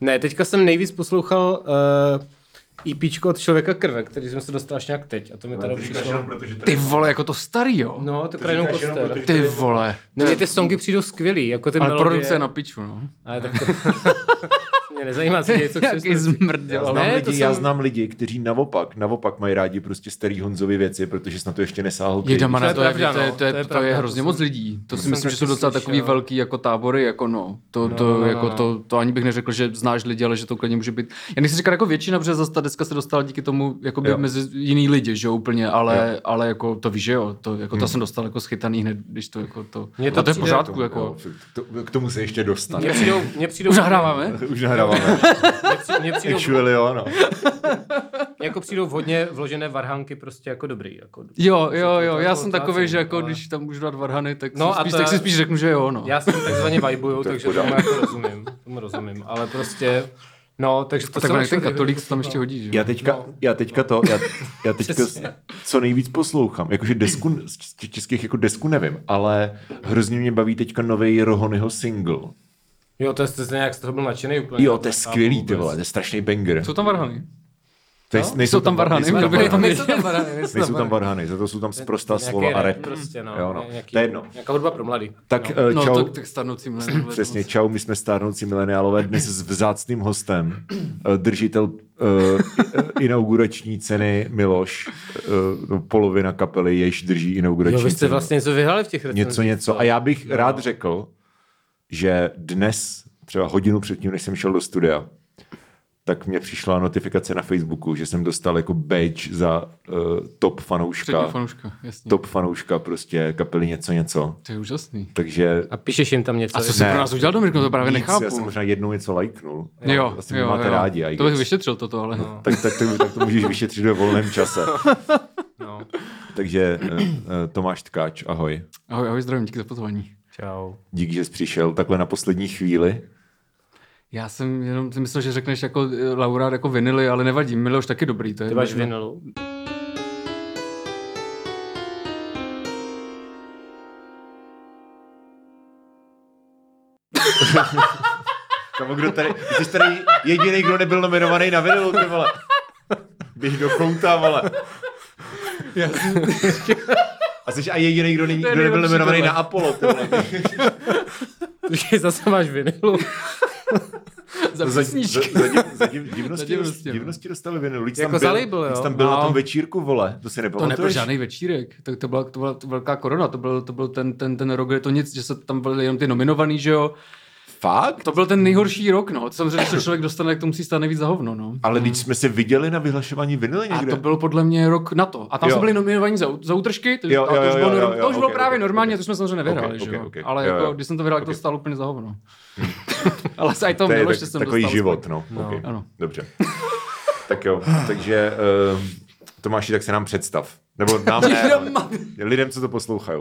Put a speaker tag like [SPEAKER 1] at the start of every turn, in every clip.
[SPEAKER 1] Ne, teďka jsem nejvíc poslouchal uh, EPčko od Člověka krve, který jsem se dostal až nějak teď. A to mi teda přišlo.
[SPEAKER 2] protože to
[SPEAKER 3] Ty vole, jako to starý, jo?
[SPEAKER 1] No, to krajinou
[SPEAKER 2] říkáš jenom
[SPEAKER 1] koster.
[SPEAKER 2] protože-
[SPEAKER 3] Ty vole.
[SPEAKER 1] No, mě ty songy přijdou skvělý, jako ty
[SPEAKER 3] Ale
[SPEAKER 1] melodie.
[SPEAKER 3] produkce je na piču, no.
[SPEAKER 1] Ale tak to... mě nezajímá, co děje, co chceš.
[SPEAKER 3] Jaký
[SPEAKER 2] Já
[SPEAKER 3] zmrděl.
[SPEAKER 2] znám,
[SPEAKER 1] Ne,
[SPEAKER 2] lidi,
[SPEAKER 1] to
[SPEAKER 2] já
[SPEAKER 1] jsem-
[SPEAKER 2] znám lidi, kteří naopak, naopak mají rádi prostě starý Honzovi věci, protože snad to ještě nesáhl. Kejž.
[SPEAKER 3] Jedama
[SPEAKER 1] To
[SPEAKER 3] na
[SPEAKER 1] je
[SPEAKER 3] to, je,
[SPEAKER 1] pravda,
[SPEAKER 3] to, je,
[SPEAKER 1] no,
[SPEAKER 3] to, je, to, je,
[SPEAKER 1] pravda,
[SPEAKER 3] hrozně
[SPEAKER 1] to
[SPEAKER 3] moc
[SPEAKER 1] jsem-
[SPEAKER 3] lidí. To si
[SPEAKER 1] jsem
[SPEAKER 3] myslím, že jsou
[SPEAKER 1] taky
[SPEAKER 3] docela takový
[SPEAKER 1] slyšel.
[SPEAKER 3] velký jako tábory, jako no. To, to,
[SPEAKER 1] no, no,
[SPEAKER 3] jako
[SPEAKER 1] no.
[SPEAKER 3] To, to, ani bych neřekl, že znáš lidi, ale že to klidně může být. Já nechci říkat jako většina, protože zase ta deska se dostala díky tomu jakoby
[SPEAKER 2] Jo.
[SPEAKER 3] mezi jiný lidi, že jo, úplně, ale, ale jako to víš, že jo, to, jako to jsem dostal jako schytaný hned, když to jako to,
[SPEAKER 1] Hmm. Mně
[SPEAKER 3] to,
[SPEAKER 1] to
[SPEAKER 3] to je v
[SPEAKER 1] přijde- no.
[SPEAKER 3] pořádku,
[SPEAKER 2] Jo,
[SPEAKER 3] jako.
[SPEAKER 2] no, to- K tomu se ještě
[SPEAKER 1] Mně
[SPEAKER 2] dostane.
[SPEAKER 1] přijdou, mně přijdou,
[SPEAKER 3] Už nahráváme?
[SPEAKER 2] Už nahráváme.
[SPEAKER 1] Mně při- mně přijdou,
[SPEAKER 2] Actually, jo, no.
[SPEAKER 1] jako přijdou hodně vložené varhanky prostě jako dobrý. Jako,
[SPEAKER 3] Jo, jo, jo,
[SPEAKER 1] to
[SPEAKER 3] já
[SPEAKER 1] jako
[SPEAKER 3] jsem takový, že
[SPEAKER 1] utrácím,
[SPEAKER 3] jako
[SPEAKER 1] ale-
[SPEAKER 3] když tam můžu dát varhany, tak,
[SPEAKER 1] No
[SPEAKER 3] no, si,
[SPEAKER 1] a
[SPEAKER 3] spíš,
[SPEAKER 1] to
[SPEAKER 3] tak
[SPEAKER 1] já-
[SPEAKER 3] si spíš řeknu, že jo, no.
[SPEAKER 1] Já jsem takzvaně vibuju,
[SPEAKER 2] To je
[SPEAKER 1] takže
[SPEAKER 2] v pořádku.
[SPEAKER 1] tomu jako rozumím. Tomu rozumím, ale prostě... No, takže to
[SPEAKER 3] Tak
[SPEAKER 1] jsem
[SPEAKER 3] on je
[SPEAKER 1] našel
[SPEAKER 3] ten
[SPEAKER 1] ty-
[SPEAKER 3] katolík se tam ještě hodí, že jo.
[SPEAKER 2] Já teďka,
[SPEAKER 1] No.
[SPEAKER 2] já teďka to, já, já teďka
[SPEAKER 1] Přesně.
[SPEAKER 2] co nejvíc poslouchám, jakože desku, z č- českých jako desku nevím, ale hrozně mě baví teďka nový Rohonyho single.
[SPEAKER 1] Jo, to jste se nějak z toho byl nadšený úplně.
[SPEAKER 2] Jo, to je
[SPEAKER 1] Nechápu
[SPEAKER 2] skvělý, ty
[SPEAKER 1] vůbec.
[SPEAKER 2] vole, to je strašný banger.
[SPEAKER 3] Jsou tam varhany?
[SPEAKER 2] To je,
[SPEAKER 3] Jsou tam varhany?
[SPEAKER 2] nejsou tam
[SPEAKER 3] Byly tam
[SPEAKER 2] varhany.
[SPEAKER 3] nejsou tam varhany,
[SPEAKER 2] Nejsou
[SPEAKER 3] nejsou tam
[SPEAKER 2] tam
[SPEAKER 3] varhany.
[SPEAKER 2] varhany, za to jsou tam sprostá
[SPEAKER 1] Nějaký
[SPEAKER 2] slova a rap.
[SPEAKER 1] Prostě, no.
[SPEAKER 2] Jo, no.
[SPEAKER 1] Nějaký,
[SPEAKER 2] To je jedno.
[SPEAKER 1] Nějaká hudba pro mladý.
[SPEAKER 2] Tak
[SPEAKER 1] no.
[SPEAKER 2] eh,
[SPEAKER 3] No,
[SPEAKER 2] čau.
[SPEAKER 3] tak, tak starnoucí mileniálové.
[SPEAKER 2] Přesně, čau, my jsme stárnoucí mileniálové dnes s vzácným hostem, eh, držitel eh, inaugurační ceny Miloš, eh, no, polovina kapely, jež drží inaugurační
[SPEAKER 1] Jo, vy jste
[SPEAKER 2] cenu.
[SPEAKER 1] vlastně něco vyhráli v těch recenzích.
[SPEAKER 2] Něco, něco. A já bych no. rád řekl, že dnes, třeba hodinu předtím, než jsem šel do studia, tak mě přišla notifikace na Facebooku, že jsem dostal jako badge za uh, top
[SPEAKER 3] Přední
[SPEAKER 2] fanouška.
[SPEAKER 3] fanouška, jasně.
[SPEAKER 2] Top fanouška prostě kapely něco něco.
[SPEAKER 3] To je úžasný.
[SPEAKER 2] Takže
[SPEAKER 1] A píšeš jim tam něco.
[SPEAKER 3] A co jsi
[SPEAKER 2] Ne.
[SPEAKER 3] pro nás udělal, Dominik, to právě
[SPEAKER 2] nic,
[SPEAKER 3] nechápu.
[SPEAKER 2] já jsem možná jednou něco lajknul.
[SPEAKER 3] Jo,
[SPEAKER 2] Asi mě
[SPEAKER 3] jo,
[SPEAKER 2] máte
[SPEAKER 3] jo.
[SPEAKER 2] rádi. I
[SPEAKER 3] to bych
[SPEAKER 2] guess.
[SPEAKER 3] vyšetřil toto, ale... No.
[SPEAKER 2] tak, tak, to, tak to můžeš vyšetřit ve volném čase.
[SPEAKER 1] No.
[SPEAKER 2] Takže eh, eh, Tomáš Tkáč, ahoj.
[SPEAKER 3] Ahoj, ahoj, zdravím, díky za pozvání.
[SPEAKER 1] Čau.
[SPEAKER 2] Díky, že jsi přišel takhle na poslední chvíli.
[SPEAKER 3] Já jsem jenom si myslel, že řekneš jako eh, Laura jako vinily, ale nevadí, Miloš taky dobrý, to je...
[SPEAKER 1] Ty máš vinilu?
[SPEAKER 2] Kamo, kdo tady, jsi tady jediný, kdo nebyl nominovaný na vinilu, ty vole. Běž do kouta, vole.
[SPEAKER 3] Já jsem...
[SPEAKER 2] A jsi a jediný, kdo, není,
[SPEAKER 3] To je
[SPEAKER 2] kdo nebyl
[SPEAKER 3] nejlepší
[SPEAKER 2] nominovaný
[SPEAKER 3] tohle.
[SPEAKER 2] na Apollo, ty vole.
[SPEAKER 1] Počkej, zase máš vinilu.
[SPEAKER 3] za
[SPEAKER 2] Za,
[SPEAKER 3] písničky.
[SPEAKER 2] za, za, div, za div, divnosti, divnosti,
[SPEAKER 3] Za divnosti, no. jo.
[SPEAKER 2] divnosti dostali vinilu. Líc
[SPEAKER 1] Jako
[SPEAKER 2] tam byl,
[SPEAKER 1] za label,
[SPEAKER 2] líc
[SPEAKER 1] jo.
[SPEAKER 2] tam byl na
[SPEAKER 3] No.
[SPEAKER 2] tom večírku, vole. To si
[SPEAKER 3] To nebyl
[SPEAKER 2] nepamatuješ?
[SPEAKER 3] žádný večírek, to, to, byla, to byla velká korona, to byl, to byl ten, ten, ten rok, kde to nic, že se tam byly jenom ty nominovaný, že jo.
[SPEAKER 2] Fakt?
[SPEAKER 3] To byl ten nejhorší rok, no. Samozřejmě, že člověk dostane, jak to musí stát nejvíc za hovno, no.
[SPEAKER 2] Ale když jsme se viděli na vyhlašování vinily
[SPEAKER 3] A
[SPEAKER 2] někde.
[SPEAKER 3] to bylo podle mě rok na to. A tam
[SPEAKER 2] Jo.
[SPEAKER 3] jsme byli nominovaní za, za útržky, to,
[SPEAKER 2] Jo,
[SPEAKER 3] a to,
[SPEAKER 2] jo,
[SPEAKER 3] už
[SPEAKER 2] jo,
[SPEAKER 3] bylo,
[SPEAKER 2] jo,
[SPEAKER 3] norm-
[SPEAKER 2] jo,
[SPEAKER 3] to už bylo
[SPEAKER 2] okay,
[SPEAKER 3] právě
[SPEAKER 2] okay,
[SPEAKER 3] normální,
[SPEAKER 2] okay.
[SPEAKER 3] a to jsme samozřejmě nevyhráli,
[SPEAKER 2] Okay,
[SPEAKER 3] že
[SPEAKER 2] okay,
[SPEAKER 3] jo.
[SPEAKER 2] okay.
[SPEAKER 3] Ale
[SPEAKER 2] Jo,
[SPEAKER 3] jako,
[SPEAKER 2] jo.
[SPEAKER 3] když jsem to vyhrál, tak
[SPEAKER 2] Okay.
[SPEAKER 3] to stálo úplně za hovno. Ale se i to
[SPEAKER 2] to je
[SPEAKER 3] Miloš,
[SPEAKER 2] tak,
[SPEAKER 3] že jsem
[SPEAKER 2] takový
[SPEAKER 3] dostal
[SPEAKER 2] život,
[SPEAKER 3] zpět.
[SPEAKER 2] no. no. Okay.
[SPEAKER 3] Ano.
[SPEAKER 2] Dobře. tak jo, takže uh, Tomáši, tak se nám představ. Nebo nám ne,
[SPEAKER 3] Jenom
[SPEAKER 2] ale
[SPEAKER 3] mám-
[SPEAKER 2] lidem, co to poslouchají.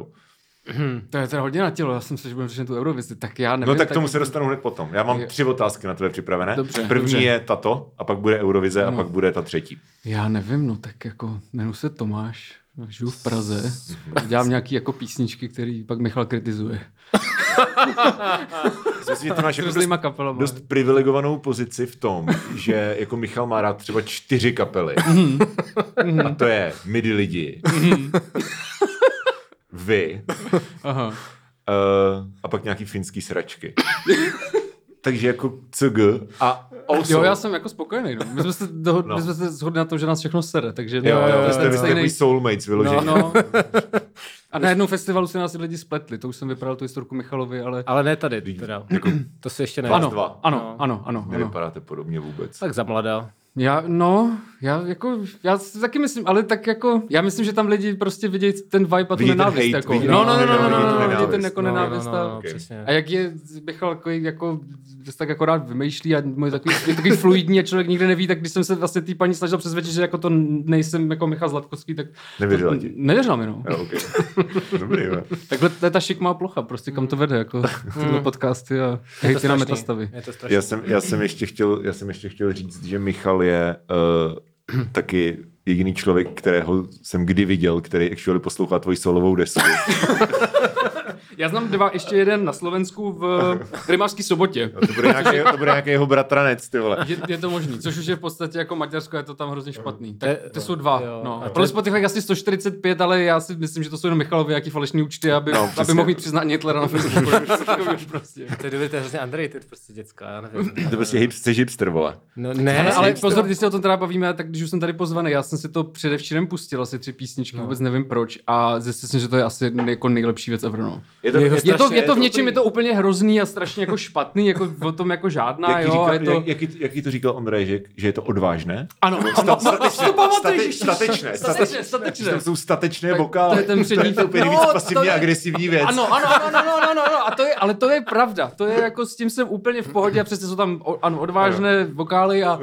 [SPEAKER 2] No
[SPEAKER 3] To je teda hodně na tělo, já jsem si, že budeme řešit tu Eurovizi, tak já nevím.
[SPEAKER 2] No tak k tomu se dostanu hned potom. Já mám
[SPEAKER 3] Jo.
[SPEAKER 2] tři otázky na tebe připravené.
[SPEAKER 3] Dobře,
[SPEAKER 2] První
[SPEAKER 3] dobře.
[SPEAKER 2] je tato, a pak bude Eurovize, a pak bude ta třetí.
[SPEAKER 3] Já nevím, no tak jako, jmenuji se Tomáš, žiju v Praze, dělám nějaký jako písničky, který pak Michal kritizuje.
[SPEAKER 2] Myslím, že to máš
[SPEAKER 3] S
[SPEAKER 2] jako dost,
[SPEAKER 3] různýma kapelama.
[SPEAKER 2] dost privilegovanou pozici v tom, že jako Michal má rád třeba čtyři kapely. a to je Midi lidi. Mm-hmm. Vy.
[SPEAKER 3] Aha.
[SPEAKER 2] Uh, a pak nějaký finský sračky. Takže jako CG a also,
[SPEAKER 3] Jo, já jsem jako spokojený, no. My jsme se, dohod,
[SPEAKER 2] No.
[SPEAKER 3] my jsme se shodli na tom, že nás všechno sere, takže... no,
[SPEAKER 2] jo, jo, jo, jste, jako
[SPEAKER 3] ten
[SPEAKER 2] vy jste
[SPEAKER 3] stejný-
[SPEAKER 2] takový soulmates vyložený.
[SPEAKER 3] No, no. A na jednom festivalu se nás i lidi spletli, to už jsem vyprávěl tu historku Michalovi, ale...
[SPEAKER 1] Ale ne tady, teda. To si ještě ne.
[SPEAKER 2] Ano.
[SPEAKER 3] ano,
[SPEAKER 2] dva.
[SPEAKER 3] ano,
[SPEAKER 1] No.
[SPEAKER 3] ano, ano, ano.
[SPEAKER 2] Nevypadáte podobně vůbec.
[SPEAKER 1] Tak za mladá.
[SPEAKER 3] Já, no, já jako, já si taky myslím, ale tak jako, já myslím, že tam lidi prostě vidějí ten vibe a tu
[SPEAKER 2] Vidí ten
[SPEAKER 3] nenávist,
[SPEAKER 2] hate,
[SPEAKER 3] jako.
[SPEAKER 2] vidí-
[SPEAKER 3] no, no, no,
[SPEAKER 2] vidí
[SPEAKER 3] no, no,
[SPEAKER 2] tu
[SPEAKER 3] no, no, vidí
[SPEAKER 2] nenávist.
[SPEAKER 3] ten jako nenávist.
[SPEAKER 1] No, no, no,
[SPEAKER 3] a-
[SPEAKER 1] no, přesně.
[SPEAKER 3] A jak je Michal jako, jako že se tak akorát vymýšlí a můj takový, je takový fluidní a člověk nikdy neví, tak když jsem se vlastně té paní snažil přesvědčit, že jako to nejsem jako Michal Zlatkovský, tak
[SPEAKER 2] Nevěřila ti.
[SPEAKER 3] nevěřila mi, no.
[SPEAKER 2] Jo, okay. Dobrý, jo.
[SPEAKER 3] Takhle to je ta šikmá plocha, prostě kam to vede, jako tyhle
[SPEAKER 1] Hmm.
[SPEAKER 3] podcasty a hejty na metastavy.
[SPEAKER 1] Je to strašný.
[SPEAKER 2] já, jsem, já, jsem ještě chtěl, já jsem ještě chtěl říct, že Michal je uh, taky jediný člověk, kterého jsem kdy viděl, který actually poslouchá tvoji solovou desku.
[SPEAKER 3] Já znám dva, ještě jeden na Slovensku v Rymářské sobotě.
[SPEAKER 2] To bude, nějaký, to bude nějaký jeho bratranec, ty vole.
[SPEAKER 3] Je, je, to možný, což už je v podstatě jako Maďarsko, je to tam hrozně špatný. Tak
[SPEAKER 1] To je-
[SPEAKER 3] ty jsou dva.
[SPEAKER 1] jo.
[SPEAKER 3] No.
[SPEAKER 1] A to
[SPEAKER 3] Pro
[SPEAKER 1] je-
[SPEAKER 3] Spotify asi 145, ale já si myslím, že to jsou jenom Michalovi jaký falešný účty, aby,
[SPEAKER 2] No,
[SPEAKER 3] no, aby
[SPEAKER 2] přesně.
[SPEAKER 3] mohl mít přiznání Hitlera na Facebooku. prostě.
[SPEAKER 1] To je dobrý, to je hrozně underrated prostě děcka, já nevím.
[SPEAKER 2] To je prostě hipster, hipster, vole.
[SPEAKER 1] No ne,
[SPEAKER 3] Ale, ale
[SPEAKER 1] ale
[SPEAKER 3] pozor, když se o tom teda bavíme, tak když už jsem tady pozvaný, já jsem si to předevčírem pustil, asi tři písničky,
[SPEAKER 1] No.
[SPEAKER 3] vůbec nevím proč, a zjistil jsem, že to je asi jako nejlepší věc ever. No.
[SPEAKER 2] Je to,
[SPEAKER 1] Je to
[SPEAKER 3] Je to,
[SPEAKER 1] Strašně
[SPEAKER 3] je to v
[SPEAKER 1] dobrý.
[SPEAKER 3] něčem, je to úplně hrozný a strašně jako špatný, jako o tom jako žádná,
[SPEAKER 2] jaký,
[SPEAKER 3] jo,
[SPEAKER 2] říkal,
[SPEAKER 3] a je to...
[SPEAKER 2] jak, jaký, jaký to říkal Ondrej, že, že je to odvážné?
[SPEAKER 3] Ano, ano, ano, ano, to pamatuješ.
[SPEAKER 2] statečné,
[SPEAKER 3] Statečné,
[SPEAKER 2] Že
[SPEAKER 3] statečné.
[SPEAKER 2] tam jsou statečné
[SPEAKER 3] Tak
[SPEAKER 2] vokály.
[SPEAKER 3] to je ten přední-
[SPEAKER 2] to je úplně
[SPEAKER 3] No,
[SPEAKER 2] nejvíc
[SPEAKER 3] to
[SPEAKER 2] pasivně
[SPEAKER 3] je-
[SPEAKER 2] agresivní věc.
[SPEAKER 3] Ano, ano, ano, ano, ano, ano, ano, a to je, ale to je pravda, to je jako s tím jsem úplně v pohodě a přesně jsou tam o, ano, odvážné vokály a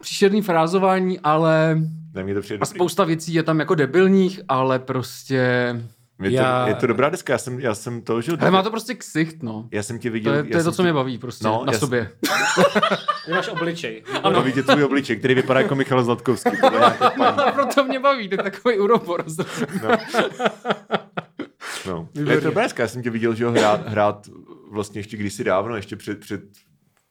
[SPEAKER 3] příšerný frázování, ale
[SPEAKER 2] Ne, mně to přijde
[SPEAKER 3] a
[SPEAKER 2] dobrý.
[SPEAKER 3] spousta věcí je tam jako debilních, ale prostě,
[SPEAKER 2] Mně to,
[SPEAKER 1] Já-
[SPEAKER 2] Je to dobrá deska, já jsem, já jsem to, že...
[SPEAKER 3] ale má to prostě ksicht, no.
[SPEAKER 2] Já jsem tě
[SPEAKER 3] To
[SPEAKER 2] viděl...
[SPEAKER 3] je,
[SPEAKER 2] já
[SPEAKER 3] to, je to
[SPEAKER 2] jsem tě-
[SPEAKER 3] co mě baví prostě
[SPEAKER 2] No,
[SPEAKER 3] no, na
[SPEAKER 2] já-
[SPEAKER 3] sobě.
[SPEAKER 1] máš obličej.
[SPEAKER 2] Ano. vidět tvůj obličej, který vypadá jako Michal Zlatkovský. podle nějaké paní.
[SPEAKER 3] A proto mě baví, to je takový uroboros.
[SPEAKER 2] No. Je to dobré, já jsem tě viděl, že ho hrát, hrát vlastně ještě kdysi dávno, ještě před, před,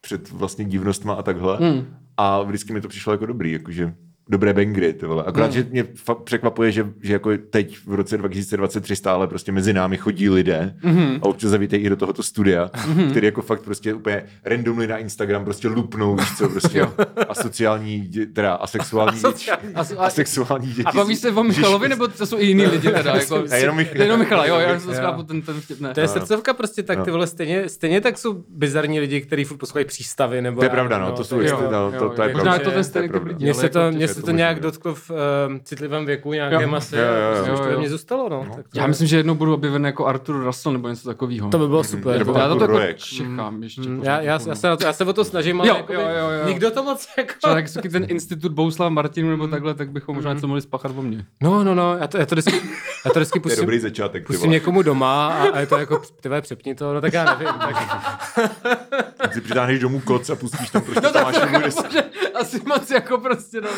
[SPEAKER 2] před vlastně divnostma a takhle.
[SPEAKER 3] Hmm.
[SPEAKER 2] Mm. A vždycky mi to přišlo jako dobrý, jakože dobré bangry, ty vole.
[SPEAKER 3] Hmm.
[SPEAKER 2] Akorát, mm. že mě fakt překvapuje, že, že jako teď v roce 2023 stále prostě mezi námi chodí lidé
[SPEAKER 3] Hmm.
[SPEAKER 2] mm. a občas zavítej i do tohoto studia, mm. který jako fakt prostě úplně randomly na Instagram prostě lupnou, víš co, prostě a sociální, dě- teda a sexuální děti.
[SPEAKER 3] A, s-
[SPEAKER 2] A
[SPEAKER 3] a,
[SPEAKER 2] sexuální děti.
[SPEAKER 3] a baví se o Michalovi, nebo to jsou i jiní lidi teda? Jako,
[SPEAKER 2] A jenom Michal.
[SPEAKER 3] Jenom Michala, jo, já jsem
[SPEAKER 1] Jo.
[SPEAKER 3] zkápu ten, ten vtip, ne.
[SPEAKER 1] To je srdcovka prostě tak,
[SPEAKER 2] No.
[SPEAKER 1] ty vole, stejně, stejně tak jsou bizarní lidi, kteří furt poslouchají přístavy, nebo...
[SPEAKER 2] To je
[SPEAKER 1] já
[SPEAKER 2] pravda,
[SPEAKER 1] nevím,
[SPEAKER 2] no, to jsou
[SPEAKER 1] tak-
[SPEAKER 2] ještě,
[SPEAKER 3] jo,
[SPEAKER 2] no, to,
[SPEAKER 3] jo,
[SPEAKER 2] to je
[SPEAKER 1] jo.
[SPEAKER 2] pravda.
[SPEAKER 1] Možná je to ten
[SPEAKER 3] stejný typ lidí.
[SPEAKER 1] Mně
[SPEAKER 3] ale
[SPEAKER 1] se
[SPEAKER 3] jako
[SPEAKER 1] to, mně
[SPEAKER 2] těžké
[SPEAKER 1] se
[SPEAKER 2] to
[SPEAKER 1] to
[SPEAKER 2] možný,
[SPEAKER 1] nějak
[SPEAKER 2] jo.
[SPEAKER 1] dotklo v um, citlivém věku,
[SPEAKER 3] Jo.
[SPEAKER 1] nějakém asi,
[SPEAKER 2] Jo, jo, jo.
[SPEAKER 1] prostě už to
[SPEAKER 3] Jo,
[SPEAKER 1] ve
[SPEAKER 3] jo.
[SPEAKER 1] mně zůstalo, no. Tak to,
[SPEAKER 3] Já myslím, že jednou budu objeven jako Arthur Russell nebo něco takového.
[SPEAKER 1] to by bylo super.
[SPEAKER 2] Nebo
[SPEAKER 1] to-
[SPEAKER 3] já to
[SPEAKER 2] Arthur
[SPEAKER 3] jako
[SPEAKER 2] Roek.
[SPEAKER 3] čekám ještě.
[SPEAKER 1] Mm,
[SPEAKER 3] pořád,
[SPEAKER 1] Já, já,
[SPEAKER 3] jako,
[SPEAKER 1] já,
[SPEAKER 3] no.
[SPEAKER 1] se, na to, já se o to snažím, ale
[SPEAKER 3] Jo,
[SPEAKER 1] jakoby
[SPEAKER 3] jo, jo, jo.
[SPEAKER 1] nikdo to moc
[SPEAKER 3] Třeba
[SPEAKER 1] jako...
[SPEAKER 3] tak taky ten institut Bouslav Martinů nebo takhle, tak bychom
[SPEAKER 1] Mhm.
[SPEAKER 3] možná něco mohli spáchat o mně.
[SPEAKER 1] No, no, no, já to, já to vždycky, já to vždycky
[SPEAKER 2] To je
[SPEAKER 1] pustím,
[SPEAKER 2] dobrý začátek, ty
[SPEAKER 1] pustím
[SPEAKER 2] vole.
[SPEAKER 1] někomu doma a, a je to jako, ty vole, přepni to, no tak já nevím. Tak,
[SPEAKER 2] Ty přitáhneš domů koc a pustíš tam prostě Tomášovu desku.
[SPEAKER 3] Asi moc jako prostě no.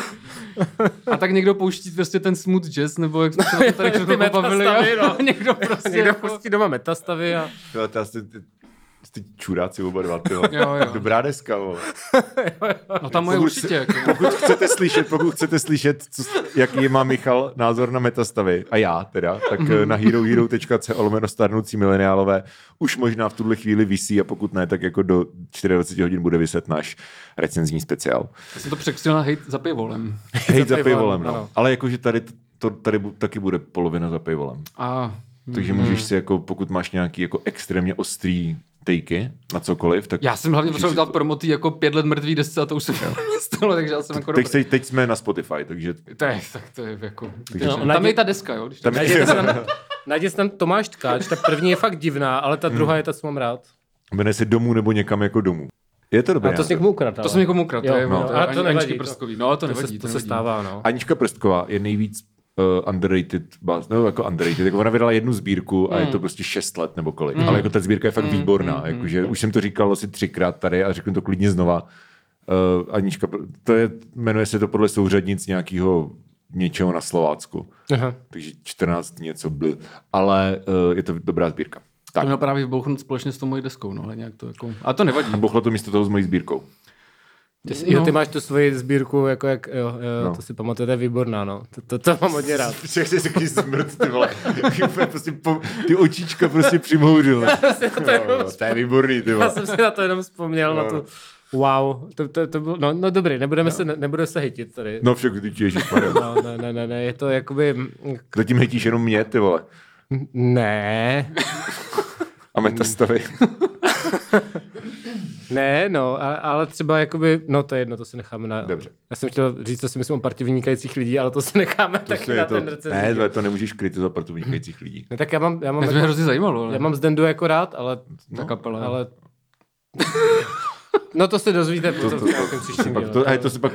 [SPEAKER 3] A tak někdo pouští prostě ten smooth jazz, nebo jak jsme se na to tady
[SPEAKER 1] Ty
[SPEAKER 3] všechno
[SPEAKER 1] metastavy,
[SPEAKER 3] bavili. jo.
[SPEAKER 1] no.
[SPEAKER 3] někdo prostě
[SPEAKER 1] někdo
[SPEAKER 3] jako-
[SPEAKER 1] pustí doma metastavy a...
[SPEAKER 2] Ty vole, to asi- ty- Ty čuráci oba dva, ty vole.
[SPEAKER 3] Jo, jo.
[SPEAKER 2] Dobrá deska, vole.
[SPEAKER 3] No tam moje
[SPEAKER 2] Pokud se-
[SPEAKER 3] určitě. Jako.
[SPEAKER 2] Pokud chcete slyšet, pokud chcete slyšet, co, jaký má Michal názor na metastavy, a já teda, tak eh, na herohero.co lomeno starnoucí mileniálové už možná v tuhle chvíli vysí a pokud ne, tak jako do 24 hodin bude vyset náš recenzní speciál.
[SPEAKER 3] Já jsem to překřil na hejt za pivolem.
[SPEAKER 2] Hejt za
[SPEAKER 1] pivolem,
[SPEAKER 2] pivolem, no.
[SPEAKER 1] ano.
[SPEAKER 2] Ale jakože tady, t- to, tady bu- taky bude polovina za pivolem.
[SPEAKER 3] A
[SPEAKER 2] Takže
[SPEAKER 3] Mhm.
[SPEAKER 2] můžeš si jako, pokud máš nějaký jako extrémně ostrý tejky na cokoliv, tak
[SPEAKER 3] já jsem hlavně potřeboval dělat promo tý jako pět let mrtvý desce a to už se nic stalo, takže já jsem jako
[SPEAKER 2] teď,
[SPEAKER 3] dobrý.
[SPEAKER 2] se, teď jsme na Spotify, takže
[SPEAKER 3] To je, tak to je jako...
[SPEAKER 2] Takže-
[SPEAKER 3] No, tam je i ta deska, jo? Když
[SPEAKER 2] tam
[SPEAKER 1] Najděte
[SPEAKER 2] je,
[SPEAKER 1] si tam, najděte si tam Tomáš Tkáč, ta první je fakt divná, ale ta
[SPEAKER 3] Hmm.
[SPEAKER 1] druhá je ta, co mám rád.
[SPEAKER 2] jmenuje se domů nebo někam jako domů. Je to dobré.
[SPEAKER 1] A to s někomu ukradl.
[SPEAKER 3] To jsem někomu ukradl, to
[SPEAKER 1] Jo,
[SPEAKER 3] je
[SPEAKER 1] no.
[SPEAKER 3] ono,
[SPEAKER 1] Ale
[SPEAKER 3] je
[SPEAKER 1] to
[SPEAKER 3] Ani-
[SPEAKER 1] nevadí,
[SPEAKER 3] Aničky
[SPEAKER 1] to-
[SPEAKER 3] Prstkový. No, to
[SPEAKER 1] To,
[SPEAKER 3] nevadí,
[SPEAKER 1] se, to se
[SPEAKER 3] nevadí.
[SPEAKER 1] stává, no.
[SPEAKER 2] Anička Prstková je nejvíc uh, underrated, bas, nebo jako underrated, jako ona vydala jednu sbírku a je
[SPEAKER 3] Hmm.
[SPEAKER 2] to prostě 6 let nebo kolik, ale jako ta sbírka je fakt výborná, jakože už jsem to říkal asi třikrát tady a řeknu to klidně znova. Uh, Anička, Pr- to je, jmenuje se to podle souřadnic nějakého něčeho na Slovácku.
[SPEAKER 1] Aha.
[SPEAKER 2] takže 14 dní něco byl, ale uh, je to dobrá sbírka.
[SPEAKER 3] To
[SPEAKER 2] Tak,
[SPEAKER 3] měl právě vybouchnout společně s tou mojí deskou, no, ale nějak to jako... A to nevadí.
[SPEAKER 2] bochlo to místo toho s mojí sbírkou.
[SPEAKER 1] Ty, jsi-
[SPEAKER 3] No.
[SPEAKER 1] Jo, ty máš tu svoji sbírku, jako jak, jo, jo
[SPEAKER 2] No.
[SPEAKER 1] no. to si pamatuju, to je výborná, no. To, to, to mám hodně
[SPEAKER 3] No.
[SPEAKER 1] rád.
[SPEAKER 2] Přijel jsi takový smrt, ty vole. Úplně prostě po, ty očička prostě přimhouřil. No, to je výborný, ty
[SPEAKER 1] Já
[SPEAKER 2] vole.
[SPEAKER 1] jsem si na to jenom vzpomněl, no. na to. Wow, to, to, to bylo, no, no dobrý, nebudeme, no. se, ne- nebudeme se hejtit tady.
[SPEAKER 2] No však ty těžíš,
[SPEAKER 1] No, ne, ne, ne, ne, je to jakoby, mm,
[SPEAKER 2] Zatím hejtíš jenom mě, ty vole.
[SPEAKER 1] ne,
[SPEAKER 2] A metastavy.
[SPEAKER 1] ne, no, a, ale třeba jakoby, no to je jedno, to se necháme na...
[SPEAKER 2] Dobře.
[SPEAKER 1] Já jsem chtěl říct, co si myslím o partě vynikajících lidí, ale to se necháme to taky
[SPEAKER 2] To je
[SPEAKER 1] na
[SPEAKER 2] to,
[SPEAKER 1] ten recenzní
[SPEAKER 2] ne,
[SPEAKER 1] díl.
[SPEAKER 2] to, to nemůžeš kritizovat pro tu vynikajících lidí.
[SPEAKER 1] No tak já mám, já mám,
[SPEAKER 3] Mě to mě
[SPEAKER 1] jako,
[SPEAKER 3] hrozně zajímalo, ale
[SPEAKER 1] já mám z Dendu jako rád, ale,
[SPEAKER 3] ta kapela.
[SPEAKER 1] ale... No to se dozvíte potom
[SPEAKER 2] to-
[SPEAKER 1] v nějakém příštím no.
[SPEAKER 2] Pak
[SPEAKER 1] díle.
[SPEAKER 2] to, a to se pak,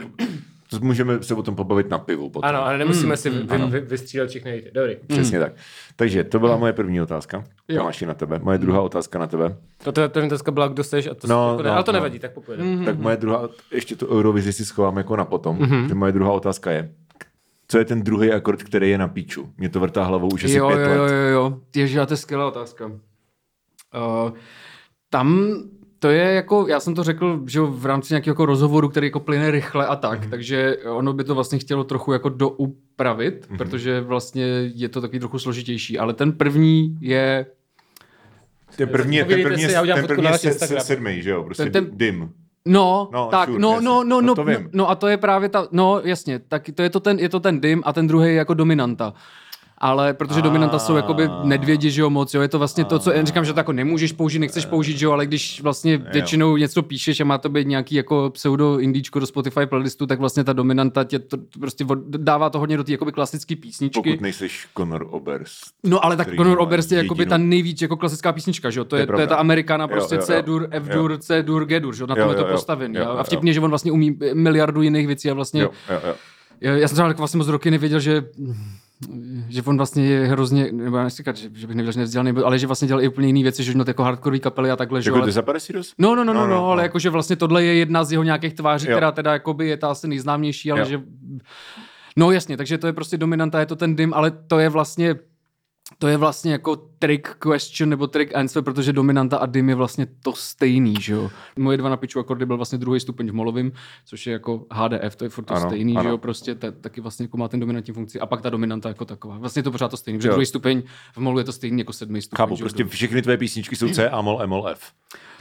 [SPEAKER 2] to můžeme se o tom pobavit na pivu potom.
[SPEAKER 1] Ano, Hmm. ale nemusíme si vy, vy, vystřílet všechny hejty. Dobrý.
[SPEAKER 2] Přesně tak. Takže to byla moje první otázka.
[SPEAKER 3] Jo.
[SPEAKER 2] Tomáši na tebe. Moje druhá otázka na tebe.
[SPEAKER 1] No to je první otázka byla, kdo seš a to
[SPEAKER 2] No,
[SPEAKER 1] no, jako ne,
[SPEAKER 2] no,
[SPEAKER 1] ale to
[SPEAKER 2] no.
[SPEAKER 1] nevadí, tak popojedeme.
[SPEAKER 3] Mm-hmm.
[SPEAKER 2] Tak moje druhá, ještě tu Eurovizi si schovám jako na potom, mm-hmm. že moje druhá otázka je, co je ten druhý akord, který je na píču? Mě to vrtá hlavou už asi
[SPEAKER 3] jo,
[SPEAKER 2] pět
[SPEAKER 3] jo, jo,
[SPEAKER 2] let.
[SPEAKER 3] jo, jo. Ježi, a to je skvělá otázka. Uh, tam to je jako, já jsem to řekl, že jo, v rámci nějakého jako rozhovoru, který jako plyne rychle a tak, mm-hmm. takže ono by to vlastně chtělo trochu jako doupravit, mm-hmm. protože vlastně je to takový trochu složitější, ale ten první je
[SPEAKER 2] Ten první, je- ten
[SPEAKER 1] Povídejte
[SPEAKER 2] první, je-
[SPEAKER 1] si, já udělám
[SPEAKER 2] ten
[SPEAKER 1] fotku
[SPEAKER 2] první
[SPEAKER 1] na
[SPEAKER 2] je
[SPEAKER 1] váš
[SPEAKER 2] se, se,
[SPEAKER 1] Instagram.
[SPEAKER 2] sedmý, že jo? Prostě
[SPEAKER 3] Ten-
[SPEAKER 2] ten,
[SPEAKER 3] ten-
[SPEAKER 2] dim.
[SPEAKER 3] No,
[SPEAKER 2] No,
[SPEAKER 3] no tak,
[SPEAKER 2] sure,
[SPEAKER 3] no,
[SPEAKER 2] jasně.
[SPEAKER 3] no,
[SPEAKER 2] No
[SPEAKER 3] no, no,
[SPEAKER 2] to
[SPEAKER 3] no,
[SPEAKER 2] vím.
[SPEAKER 3] no, a to je právě ta, no jasně, tak to je to ten, je to ten dym a ten druhý je jako dominanta. Ale protože
[SPEAKER 2] A.
[SPEAKER 3] dominanta jsou jakoby nedvědi, že jo, moc, jo, je to vlastně to, co já říkám, že to jako nemůžeš použít, nechceš použít, že jo, ale když vlastně většinou něco píšeš a má to být nějaký jako pseudo indíčko do Spotify playlistu, tak vlastně ta dominanta tě to, prostě od- dává to hodně do té jakoby klasické písničky.
[SPEAKER 2] Pokud nejseš Conor Oberst.
[SPEAKER 3] No ale tak
[SPEAKER 2] který
[SPEAKER 3] Conor
[SPEAKER 2] má
[SPEAKER 3] Oberst je jakoby
[SPEAKER 2] jedinou-
[SPEAKER 3] ta nejvíc jako klasická písnička, že jo? To je, to je
[SPEAKER 2] pravda.
[SPEAKER 3] ta amerikána
[SPEAKER 2] Jo,
[SPEAKER 3] prostě
[SPEAKER 2] jo, jo.
[SPEAKER 3] C-dur, F-dur,
[SPEAKER 2] Jo.
[SPEAKER 3] C-dur, G-dur, že jo? Na
[SPEAKER 2] Jo,
[SPEAKER 3] tom je
[SPEAKER 2] jo,
[SPEAKER 3] to
[SPEAKER 2] jo.
[SPEAKER 3] postavený.
[SPEAKER 2] Jo,
[SPEAKER 3] a-
[SPEAKER 2] jo,
[SPEAKER 3] A vtipně,
[SPEAKER 2] jo.
[SPEAKER 3] že on vlastně umí miliardu jiných věcí a vlastně...
[SPEAKER 2] Jo, jo, jo.
[SPEAKER 3] Já jsem třeba tak vlastně moc roky nevěděl, že že on vlastně je hrozně, nebo já nechci říkat, že, že bych nevěděl, že nevzdělaný, byl, ale že vlastně dělal i úplně jiné věci, že měl jako hardcore kapely a takhle, že jo,
[SPEAKER 2] Jako
[SPEAKER 3] ale-
[SPEAKER 2] Desaparecidos?
[SPEAKER 3] No, no, no, no, no, no ale jakože vlastně tohle je jedna z jeho nějakých tváří,
[SPEAKER 2] Jo.
[SPEAKER 3] která teda jakoby je ta asi nejznámější, ale
[SPEAKER 2] Jo.
[SPEAKER 3] že... No jasně, takže to je prostě dominanta, je to ten dym, ale to je vlastně to je vlastně jako trick question nebo trick answer, protože dominanta a dym je vlastně to stejný, že jo. Moje dva na piču akordy byl vlastně druhý stupeň v molovým, což je jako HDF, to je furt to ano,
[SPEAKER 2] Ano,
[SPEAKER 3] stejný, ano. že
[SPEAKER 2] ano.
[SPEAKER 3] jo, prostě ta, taky vlastně jako má ten dominantní funkci a pak ta dominanta jako taková. Vlastně je to pořád to stejný, že
[SPEAKER 2] Jo.
[SPEAKER 3] druhý stupeň v molu je to stejný jako sedmý stupeň.
[SPEAKER 2] Chápu,
[SPEAKER 3] že jo.
[SPEAKER 2] prostě všechny tvé písničky jsou C, Amol, Emol, F.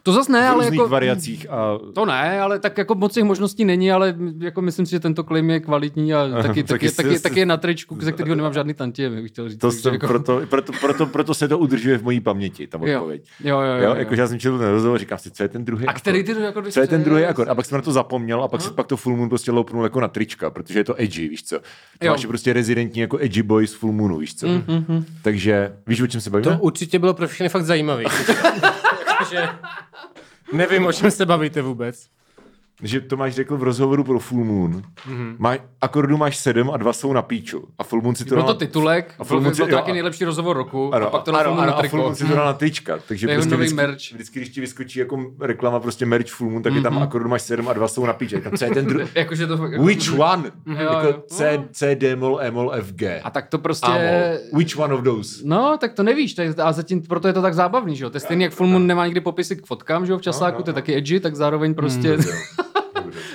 [SPEAKER 3] To zas
[SPEAKER 2] V
[SPEAKER 3] ne, ale
[SPEAKER 2] různých
[SPEAKER 3] jako...
[SPEAKER 2] variacích a...
[SPEAKER 3] To ne, ale tak jako moc těch možností není, ale jako myslím si, že tento claim je kvalitní a taky, taky,
[SPEAKER 2] Taky
[SPEAKER 3] taky,
[SPEAKER 2] jsi-
[SPEAKER 3] taky, taky je na tričku, ze kterého nemám žádný tantiemy, bych chtěl říct.
[SPEAKER 2] To
[SPEAKER 3] takže
[SPEAKER 2] jsem,
[SPEAKER 3] jako,
[SPEAKER 2] proto, proto, proto, proto, se to udržuje v mojí paměti, ta
[SPEAKER 3] jo,
[SPEAKER 2] odpověď.
[SPEAKER 3] jo, jo,
[SPEAKER 2] Jo, jakože já jsem četl ten rozhovor, říkám si, co je ten druhý
[SPEAKER 3] A který ty
[SPEAKER 2] akord?
[SPEAKER 3] jako
[SPEAKER 2] Co je ten druhý akord? A pak jsem na to zapomněl a pak, si, pak to Full Moon prostě loupnul jako na trička, protože je to edgy, víš co. To
[SPEAKER 3] Jo. Mhm,
[SPEAKER 2] máš prostě rezidentní jako edgy boy z Full Moonu, víš co. Mm-hmm. Takže víš, o čem se bavíme?
[SPEAKER 1] To určitě bylo pro všechny fakt zajímavý. Jakože nevím, o čem se bavíte vůbec.
[SPEAKER 2] že Tomáš řekl v rozhovoru pro Full Moon,
[SPEAKER 3] Mhm.
[SPEAKER 2] mm-hmm. má, akordů máš sedm a dva jsou na píču. A Full Moon si to
[SPEAKER 3] Byl No to
[SPEAKER 2] dal-
[SPEAKER 3] titulek,
[SPEAKER 2] A
[SPEAKER 3] byl, byl
[SPEAKER 2] Fulmun si-
[SPEAKER 3] to
[SPEAKER 2] jo,
[SPEAKER 3] taky
[SPEAKER 2] a-
[SPEAKER 3] nejlepší rozhovor roku,
[SPEAKER 2] Ano,
[SPEAKER 3] a pak to na
[SPEAKER 2] ano,
[SPEAKER 3] Fulmunu
[SPEAKER 2] ano, a
[SPEAKER 3] triko.
[SPEAKER 2] Fulmun si to dal na trička. Takže
[SPEAKER 3] To je jeho
[SPEAKER 2] prostě
[SPEAKER 3] nový
[SPEAKER 2] vždycky,
[SPEAKER 3] merch. Mhm.
[SPEAKER 2] vždycky, když ti vyskočí jako reklama, prostě merch Full Moon, tak je tam akordů máš sedm a dva jsou na píči. Tam co je ten druhý?
[SPEAKER 3] Jakože to fakt- jako,
[SPEAKER 2] Which one?
[SPEAKER 3] jo.
[SPEAKER 2] Jako C, C, D, mol, E, mol, F, G.
[SPEAKER 3] A tak to prostě...
[SPEAKER 2] Amol. Which one of those?
[SPEAKER 3] No, tak to nevíš, tak, a zatím proto je to tak zábavný, že jo? To je stejný, jak Full Moon nemá nikdy popisy k fotkám,
[SPEAKER 2] No,
[SPEAKER 3] že jo, v časáku, to je taky edgy, tak zároveň prostě,
[SPEAKER 2] Hmm.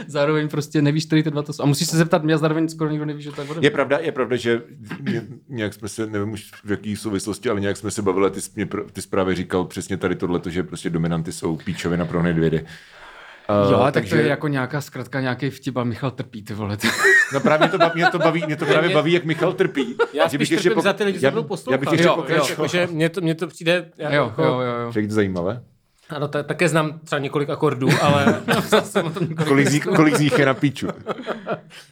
[SPEAKER 3] zároveň prostě nevíš, který ty dva to jsou. A musíš se zeptat mě, a zároveň skoro nikdo neví, že to je ode mě.
[SPEAKER 2] Je pravda, je pravda, že ně- nějak jsme se, nevím už v jaký souvislosti, ale nějak jsme se bavili, a ty jsi, mě, pr- ty jsi právě říkal přesně tady tohleto, že prostě dominanty jsou píčovina pro nedvědy. Uh,
[SPEAKER 3] Jo, tak takže... to je jako nějaká zkratka, nějaký vtip a Michal trpí, ty vole.
[SPEAKER 2] No právě to baví, mě to baví, mě to právě baví, jak Michal trpí.
[SPEAKER 1] Já
[SPEAKER 2] Že
[SPEAKER 1] spíš trpím
[SPEAKER 2] pok-
[SPEAKER 1] za ty lidi, co
[SPEAKER 2] já-
[SPEAKER 1] budou
[SPEAKER 2] Já bych
[SPEAKER 1] poslouchat.
[SPEAKER 2] ještě
[SPEAKER 3] Jo,
[SPEAKER 1] Jo,
[SPEAKER 2] pokračoval.
[SPEAKER 1] jakože mně to, mně to přijde... já
[SPEAKER 3] jo,
[SPEAKER 1] jako-
[SPEAKER 3] jo, jo, jo.
[SPEAKER 2] Všechno zajímavé.
[SPEAKER 1] Ano, ta- také znám třeba několik akordů, ale
[SPEAKER 2] Kolik z, nich, kolik z nich je na píču?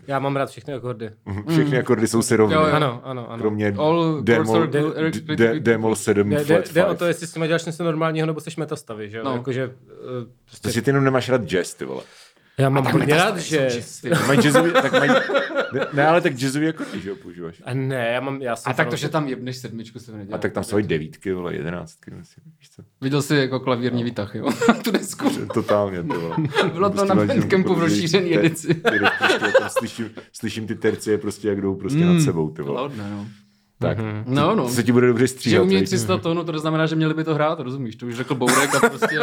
[SPEAKER 1] já mám rád všechny akordy.
[SPEAKER 2] Všechny akordy jsou si rovné.
[SPEAKER 3] Jo, jo.
[SPEAKER 1] Ano, ano, ano.
[SPEAKER 2] Kromě
[SPEAKER 3] All chords
[SPEAKER 2] demol,
[SPEAKER 3] are good, Eric
[SPEAKER 2] d-
[SPEAKER 3] Clapton.
[SPEAKER 2] d- demol 7
[SPEAKER 1] Jde, jde,
[SPEAKER 2] flat
[SPEAKER 1] jde o
[SPEAKER 2] 5.
[SPEAKER 1] to, jestli s tím děláš něco normálního, nebo jsi metastavy, že jo?
[SPEAKER 3] No.
[SPEAKER 1] No. Jakože, eh, prostě,
[SPEAKER 2] Prostě ty jenom nemáš rád jazz, ty vole.
[SPEAKER 1] já mám hodně rád, že...
[SPEAKER 2] Mají jazzový, tak mají, ne, ne, ale tak jazzový akordy, že jo, používáš.
[SPEAKER 1] A ne, já mám... Já jsem
[SPEAKER 3] A tak to,
[SPEAKER 1] fanoušek-
[SPEAKER 3] že tam jebneš sedmičku, se nedělá.
[SPEAKER 2] A tak tam jsou i devítky, vole, jedenáctky, myslím, víš co.
[SPEAKER 3] Viděl jsi jako klavírní
[SPEAKER 2] No.
[SPEAKER 3] výtah, jo? tu desku.
[SPEAKER 2] Totálně, Prostě to bylo.
[SPEAKER 3] Bylo to na
[SPEAKER 2] jako
[SPEAKER 3] Bandcampu v rozšířený edici.
[SPEAKER 2] slyším, slyším ty tercie prostě, jak jdou prostě nad sebou, ty vole.
[SPEAKER 3] Laudne, no.
[SPEAKER 2] Tak,
[SPEAKER 3] Hmm.
[SPEAKER 1] Mhm.
[SPEAKER 3] No, no.
[SPEAKER 2] se ti bude dobře
[SPEAKER 3] Že
[SPEAKER 2] stříhat.
[SPEAKER 3] umějí
[SPEAKER 2] viď?
[SPEAKER 3] 300 tónů, to neznamená, že měli by to hrát, rozumíš? To už řekl Bourek a prostě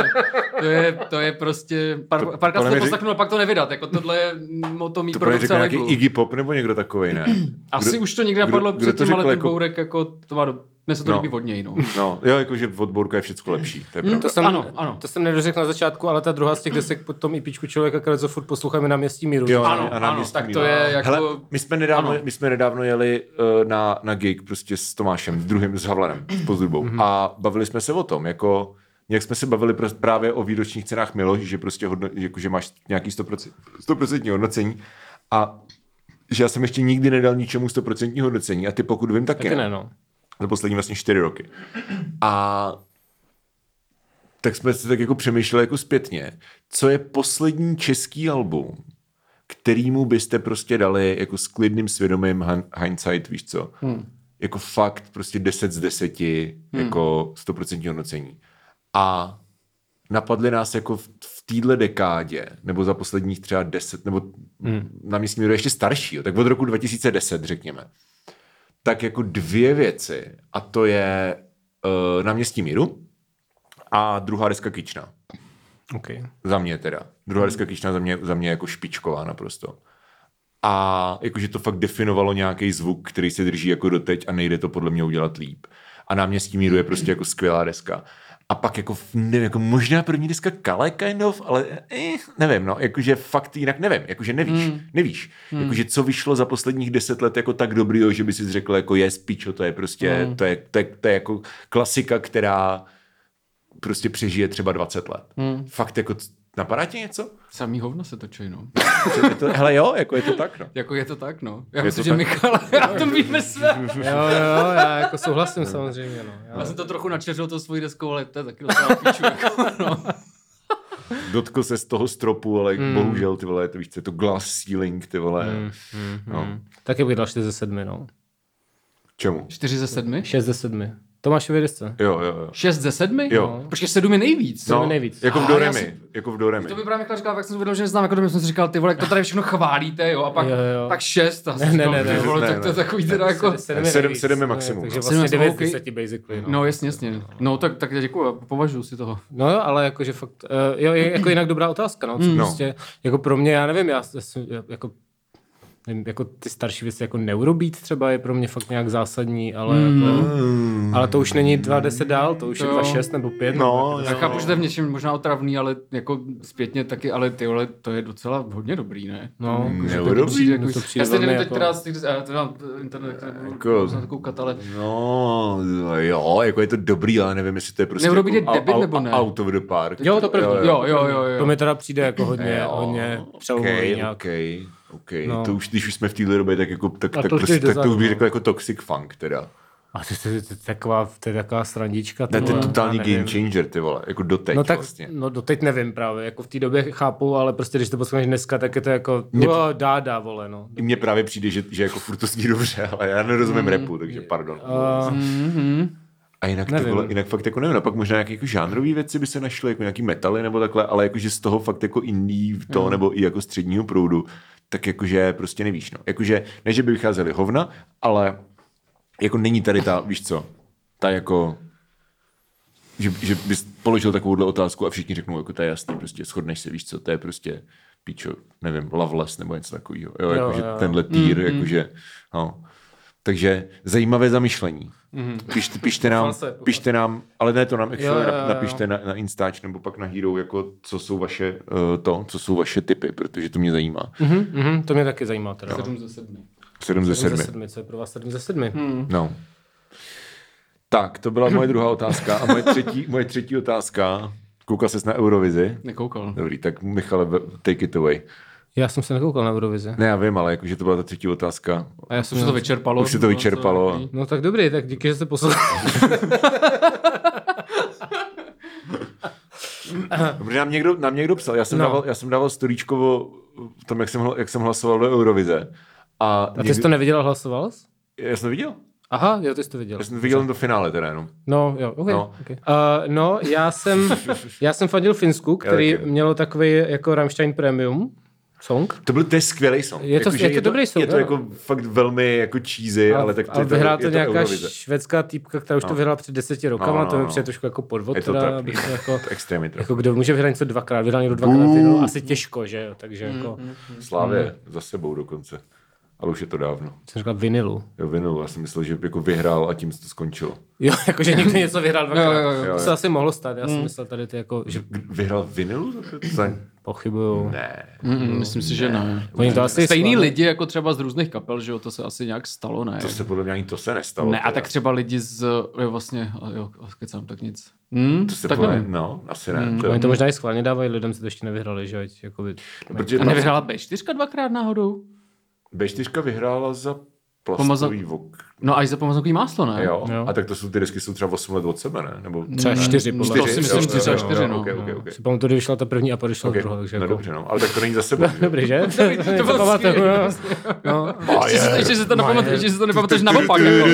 [SPEAKER 3] to je, to je prostě... Par,
[SPEAKER 2] To-
[SPEAKER 3] párkrát
[SPEAKER 2] podle
[SPEAKER 3] jsem to
[SPEAKER 2] mě řek-
[SPEAKER 3] poslechnu a pak to nevydat. Jako tohle je moto mý
[SPEAKER 2] To pro
[SPEAKER 3] produkce
[SPEAKER 2] řekl
[SPEAKER 3] a
[SPEAKER 2] nějaký
[SPEAKER 3] labelu.
[SPEAKER 2] Iggy Pop nebo někdo takovej, ne?
[SPEAKER 3] Asi
[SPEAKER 2] Kdo-
[SPEAKER 3] už to někde napadlo
[SPEAKER 2] kdo
[SPEAKER 3] před
[SPEAKER 2] to
[SPEAKER 3] tím, ale
[SPEAKER 2] řekl
[SPEAKER 3] ten
[SPEAKER 2] jako-
[SPEAKER 3] Bourek jako... To má do... Mně se to
[SPEAKER 2] No.
[SPEAKER 3] líbí od něj, no.
[SPEAKER 2] No, jo, jakože v odborku je všecko lepší. To je pravda.
[SPEAKER 1] To jsem,
[SPEAKER 3] Ano, ano.
[SPEAKER 1] to jsem nedořekl na začátku, ale ta druhá z těch desek pod tom IPčku člověka, které co furt posloucháme na městí míru.
[SPEAKER 2] Jo,
[SPEAKER 1] že?
[SPEAKER 3] Ano,
[SPEAKER 2] a
[SPEAKER 3] ano,
[SPEAKER 2] náměstí
[SPEAKER 3] tak
[SPEAKER 2] Míra.
[SPEAKER 3] to je jako...
[SPEAKER 2] no. Hele, my jsme nedávno, my jsme nedávno jeli uh, na, na gig prostě s Tomášem, s druhým, s Havlanem, s Pozdrubou.
[SPEAKER 3] Mhm.
[SPEAKER 2] Mm-hmm. A bavili jsme se o tom, jako jak jsme se bavili pr- právě o výročních cenách Miloš, že prostě hodno, jako, že máš nějaký 100%, 100% hodnocení a že já jsem ještě nikdy nedal ničemu 100% hodnocení a ty pokud vím, taky,
[SPEAKER 1] Taky ne, no.
[SPEAKER 2] za poslední vlastně čtyři roky. A tak jsme se tak jako přemýšleli jako zpětně, co je poslední český album, kterýmu byste prostě dali jako s klidným svědomím hin- hindsight, víš co? Hmm. Jako fakt prostě 10 z 10, hmm. jako 100% hodnocení. A napadly nás jako v, v téhle dekádě, nebo za posledních třeba 10, nebo hmm. na místě míru ještě starší, jo, tak od roku 2010 řekněme tak jako dvě věci a to je uh, náměstí eh, míru a druhá deska Kyčna.
[SPEAKER 1] Okay.
[SPEAKER 2] Za mě teda. Druhá deska Kyčna za mě, za mě jako špičková naprosto. A jakože to fakt definovalo nějaký zvuk, který se drží jako doteď a nejde to podle mě udělat líp. A náměstí míru je prostě jako skvělá deska. A pak jako, nevím, jako možná první deska Kale kind of, ale eh, nevím, no, jakože fakt jinak nevím, jakože nevíš, mm. nevíš. Mm. Jakože co vyšlo za posledních deset let jako tak dobrýho, že by si řekl jako je pičo, to je prostě, mm. to, je, to, je, to je jako klasika, která prostě přežije třeba 20 let. Hmm. Fakt jako, c- napadá ti něco?
[SPEAKER 3] Samý hovno se točí, no.
[SPEAKER 2] Je to, hele jo, jako je to tak, no.
[SPEAKER 3] Jako je to tak, no. Já
[SPEAKER 2] Je to
[SPEAKER 3] myslím, že
[SPEAKER 2] tak.
[SPEAKER 3] Michal, já to víme své.
[SPEAKER 1] Jo, jo, já jako souhlasím samozřejmě. No.
[SPEAKER 3] Já
[SPEAKER 1] Já,
[SPEAKER 3] jsem to trochu načeřil to svojí deskou, ale to je taky docela píču, jako, no.
[SPEAKER 2] Dotkl se z toho stropu, ale hmm. bohužel, ty vole, to víš, co je to glass ceiling, ty vole. Hmm. No.
[SPEAKER 1] taky bych dal 4 ze 7, no.
[SPEAKER 2] Čemu?
[SPEAKER 3] Čtyři ze sedmi?
[SPEAKER 1] 6 ze 7. Tomášovi desce.
[SPEAKER 2] Jo, jo, jo.
[SPEAKER 3] Šest ze sedmi? No.
[SPEAKER 2] Jo.
[SPEAKER 3] Počkej, sedm je nejvíc.
[SPEAKER 1] No. mi nejvíc.
[SPEAKER 2] Jako v
[SPEAKER 3] Ah,
[SPEAKER 2] Doremi.
[SPEAKER 3] já si-
[SPEAKER 2] Jako v Doremi.
[SPEAKER 3] To by právě Michal říkal, tak jsem si uvědomil, že neznám, jako kdyby jsem si říkal, ty vole, jak to tady všechno chválíte, jo, a pak,
[SPEAKER 1] Jo, jo.
[SPEAKER 3] pak šest, a
[SPEAKER 1] Ne,
[SPEAKER 3] jsem
[SPEAKER 1] ne,
[SPEAKER 3] říkal,
[SPEAKER 1] ne,
[SPEAKER 3] ty
[SPEAKER 1] ne,
[SPEAKER 3] vole,
[SPEAKER 2] ne,
[SPEAKER 3] tak to je
[SPEAKER 2] ne.
[SPEAKER 3] takový teda jako...
[SPEAKER 1] Sedm-
[SPEAKER 2] Sedm-
[SPEAKER 1] nejvíc.
[SPEAKER 2] sedem je
[SPEAKER 1] No,
[SPEAKER 2] maximum,
[SPEAKER 1] Takže
[SPEAKER 2] no.
[SPEAKER 1] vlastně
[SPEAKER 3] Sedm
[SPEAKER 1] 9
[SPEAKER 3] jsou
[SPEAKER 1] z
[SPEAKER 3] OK.
[SPEAKER 1] 10 basically. No.
[SPEAKER 3] No jasně, jasně. No tak, tak děkuji, já považuju si toho.
[SPEAKER 1] No jo, ale jakože fakt, eh, jo, je jako jinak dobrá otázka, no, co
[SPEAKER 2] No.
[SPEAKER 1] prostě, jako pro mě, já nevím, já jsem, jako, nevím, jako ty starší věci, jako neurobít třeba je pro mě fakt nějak zásadní, ale jako,
[SPEAKER 2] Mm. Hmm.
[SPEAKER 1] ale to už není 2.10 dál, to už je
[SPEAKER 3] Jo.
[SPEAKER 1] 2.6 nebo 5.
[SPEAKER 2] No,
[SPEAKER 1] nebo
[SPEAKER 2] jo.
[SPEAKER 3] Já chápu, že to je v něčem možná otravný, ale jako zpětně taky, ale ty vole, to je docela hodně dobrý, ne?
[SPEAKER 1] no,
[SPEAKER 3] Že
[SPEAKER 2] Jo,
[SPEAKER 3] to
[SPEAKER 2] dobrý,
[SPEAKER 3] přijde jako,
[SPEAKER 1] no to
[SPEAKER 3] to
[SPEAKER 1] přijde
[SPEAKER 3] já si nevím
[SPEAKER 1] velmi
[SPEAKER 3] teď
[SPEAKER 1] jako-
[SPEAKER 3] teda, z těch- já to mám eh, internet, který budu
[SPEAKER 2] Jako-
[SPEAKER 3] na to koukat, ale
[SPEAKER 2] No, jo, jako je to dobrý, ale nevím, jestli to je prostě
[SPEAKER 3] Neurobit
[SPEAKER 2] jako
[SPEAKER 3] je debil
[SPEAKER 2] au- au-
[SPEAKER 3] nebo ne?
[SPEAKER 2] Out of the park.
[SPEAKER 1] Jo, to první.
[SPEAKER 3] jo, jo, jo, jo.
[SPEAKER 1] To mi teda přijde jako hodně, hodně přelomový
[SPEAKER 2] okay,
[SPEAKER 1] nějak.
[SPEAKER 2] Okay, okay. No.
[SPEAKER 1] No.
[SPEAKER 2] To už, když už jsme v téhle době, tak, jako, tak,
[SPEAKER 1] A
[SPEAKER 2] tak,
[SPEAKER 1] to už no.
[SPEAKER 2] prostě,
[SPEAKER 1] jdeš do
[SPEAKER 2] tak to už bych
[SPEAKER 1] zádu,
[SPEAKER 2] řekl jako toxic funk teda.
[SPEAKER 1] A to, to, to, to, je taková, to je taková srandička.
[SPEAKER 2] Ne, to je
[SPEAKER 1] tohle,
[SPEAKER 2] totální
[SPEAKER 1] No, já
[SPEAKER 2] game
[SPEAKER 1] nevím.
[SPEAKER 2] changer, ty vole, jako doteď
[SPEAKER 1] No tak,
[SPEAKER 2] vlastně.
[SPEAKER 1] no doteď nevím právě, jako v té době chápu, ale prostě když to posloucháš dneska, tak je to jako,
[SPEAKER 2] Mě-
[SPEAKER 1] jo, dá, dá, vole, no.
[SPEAKER 2] I mně právě přijde, že, že jako furt to zní dobře, ale já
[SPEAKER 1] Mm,
[SPEAKER 2] nerozumím repu, takže pardon.
[SPEAKER 1] Uh,
[SPEAKER 3] Mhm.
[SPEAKER 2] A jinak, ty
[SPEAKER 1] nevím.
[SPEAKER 2] vole, jinak fakt jako nevím, no pak možná nějaké jako žánrové věci by se našly, jako nějaký metaly nebo takhle, ale jakože z toho fakt jako indie v
[SPEAKER 1] Mm.
[SPEAKER 2] to, nebo i jako středního proudu, tak jakože prostě nevíš, no. Jakože, ne, že by vycházely hovna, ale jako není tady ta, víš co, ta jako, že, že bys položil takovouhle otázku a všichni řeknou, jako to je jasný, prostě shodneš se, víš co, to je prostě pičo, nevím, loveless nebo něco takového. Jo, jakože
[SPEAKER 1] jo.
[SPEAKER 2] tenhle týr, mm-hmm. jakože, no. Takže zajímavé zamyšlení. Mm-hmm. Pište, pište nám,
[SPEAKER 1] Pochval se, pochval
[SPEAKER 2] pište nám, ale ne to nám, actually,
[SPEAKER 1] jo, jo, jo.
[SPEAKER 2] napište na, na Instač nebo pak na Hero, jako co jsou vaše uh, to, co jsou vaše typy, protože to mě zajímá. Mm-hmm.
[SPEAKER 1] mhm, to mě taky zajímá teda.
[SPEAKER 3] sedm ze sedmi.
[SPEAKER 2] 7 ze
[SPEAKER 1] 7
[SPEAKER 2] 7.
[SPEAKER 1] ze 7, co je pro vás 7 ze 7? Hmm.
[SPEAKER 2] No. Tak, to byla moje druhá otázka. A moje třetí, moje třetí otázka. Koukal ses na Eurovizi?
[SPEAKER 3] Nekoukal.
[SPEAKER 2] Dobrý, tak Michale, v- take it away.
[SPEAKER 1] Já jsem se nekoukal na Eurovizi.
[SPEAKER 2] Ne, já vím, ale jakože to byla ta třetí otázka.
[SPEAKER 1] A já jsem
[SPEAKER 3] Už se to Mhm. vyčerpalo.
[SPEAKER 2] Už se to vyčerpalo.
[SPEAKER 3] Bylo to
[SPEAKER 1] No tak dobrý, tak díky, že jste poslouchali.
[SPEAKER 2] Protože nám někdo, nám někdo psal, já jsem, no.
[SPEAKER 1] No.
[SPEAKER 2] dával, já jsem dával storíčko o tom, jak jsem, hla- jak jsem hlasoval do Eurovize. A,
[SPEAKER 1] A ty jsi to neviděl a hlasoval jsi?
[SPEAKER 2] Já jsem to viděl.
[SPEAKER 1] Aha, jo, ty jsi to viděl.
[SPEAKER 2] Já jsem to viděl jen do finále teda jenom.
[SPEAKER 1] No, jo, okay,
[SPEAKER 2] No.
[SPEAKER 1] no. Okay. Uh, no, já jsem, já jsem fandil Finsku, který
[SPEAKER 2] taky.
[SPEAKER 1] mělo takový jako Rammstein Premium song.
[SPEAKER 2] To byl, to je skvělý song.
[SPEAKER 1] Je to-
[SPEAKER 2] Jakože
[SPEAKER 1] je to dobrý song,
[SPEAKER 2] Je to
[SPEAKER 1] jo.
[SPEAKER 2] jako fakt velmi jako cheesy, ale tak to,
[SPEAKER 1] a
[SPEAKER 2] je to,
[SPEAKER 1] vyhrála to,
[SPEAKER 2] je to
[SPEAKER 1] nějaká
[SPEAKER 2] Eurovize.
[SPEAKER 1] švédská týpka, která už to vyhrála před deseti rokama,
[SPEAKER 2] No,
[SPEAKER 1] no,
[SPEAKER 2] no,
[SPEAKER 1] to mi
[SPEAKER 2] no.
[SPEAKER 1] přijde trošku jako podvod.
[SPEAKER 2] Je to
[SPEAKER 1] teda,
[SPEAKER 2] trapný.
[SPEAKER 1] aby se jako,
[SPEAKER 2] Extrémně trapný.
[SPEAKER 1] jako, kdo může vyhrát něco dvakrát, vyhrál někdo dvakrát, vyhrál asi těžko, že jo, takže jako,
[SPEAKER 3] Mhm.
[SPEAKER 2] Slávě
[SPEAKER 1] Hmm.
[SPEAKER 2] za sebou dokonce. Ale už je to dávno.
[SPEAKER 1] jsem říkal vinilu.
[SPEAKER 2] Jo, vinyl, já jsem myslel, že jako vyhrál a tím se to skončilo.
[SPEAKER 1] Jo, jakože někdo něco vyhrál dvakrát.
[SPEAKER 3] Jo, jo, jo. Mhm.
[SPEAKER 1] To se asi mohlo stát, já jsem myslel tady ty jako, že
[SPEAKER 2] K- Vyhrál vinyl? za to? Za-
[SPEAKER 1] pochybuju.
[SPEAKER 2] Ne.
[SPEAKER 3] Mm, myslím si, že ne.
[SPEAKER 1] Oni to asi
[SPEAKER 3] Stejný
[SPEAKER 1] slavili.
[SPEAKER 3] lidi jako třeba z různých kapel, že jo, to se asi nějak stalo, ne?
[SPEAKER 2] To se podle mě ani to se nestalo.
[SPEAKER 3] Ne, a
[SPEAKER 2] teda.
[SPEAKER 3] tak třeba lidi z, jo, vlastně, a jo, kecám, tak nic. Hmm,
[SPEAKER 2] To se
[SPEAKER 3] tak
[SPEAKER 2] podle...
[SPEAKER 3] nevím.
[SPEAKER 2] No, asi ne. To...
[SPEAKER 1] Hmm. Oni to možná i schválně dávají lidem, se to ještě nevyhrali, že jo, ať jako jakoby...
[SPEAKER 2] Protože
[SPEAKER 3] A nevyhrála B4 dvakrát náhodou?
[SPEAKER 2] B4 vyhrála za plastový vok.
[SPEAKER 3] No a i za pomazankový máslo, ne?
[SPEAKER 2] Jo.
[SPEAKER 1] Jo.
[SPEAKER 2] A tak to jsou ty desky jsou třeba 8 let od sebe, ne? Nebo...
[SPEAKER 1] Třeba čtyři,
[SPEAKER 3] Mm,
[SPEAKER 1] podle
[SPEAKER 3] To
[SPEAKER 1] mě.
[SPEAKER 3] si myslím,
[SPEAKER 2] jo,
[SPEAKER 3] že
[SPEAKER 2] jo,
[SPEAKER 3] třeba
[SPEAKER 2] jo,
[SPEAKER 3] čtyři, no.
[SPEAKER 2] Okay, okay, okay.
[SPEAKER 1] Si pamatuju, kdy vyšla ta první a pak vyšla
[SPEAKER 2] Okay.
[SPEAKER 1] druhá, takže
[SPEAKER 2] No
[SPEAKER 1] jako...
[SPEAKER 2] dobře, no. Ale tak to není za sebou. že?
[SPEAKER 1] Dobrý, že?
[SPEAKER 3] To bylo
[SPEAKER 1] Pamatuju,
[SPEAKER 3] skvělý.
[SPEAKER 1] no. No.
[SPEAKER 2] A
[SPEAKER 3] Ještě si-
[SPEAKER 2] je.
[SPEAKER 3] Ještě si to nepamatuješ, ještě si to nepamatuješ naopak. Jako.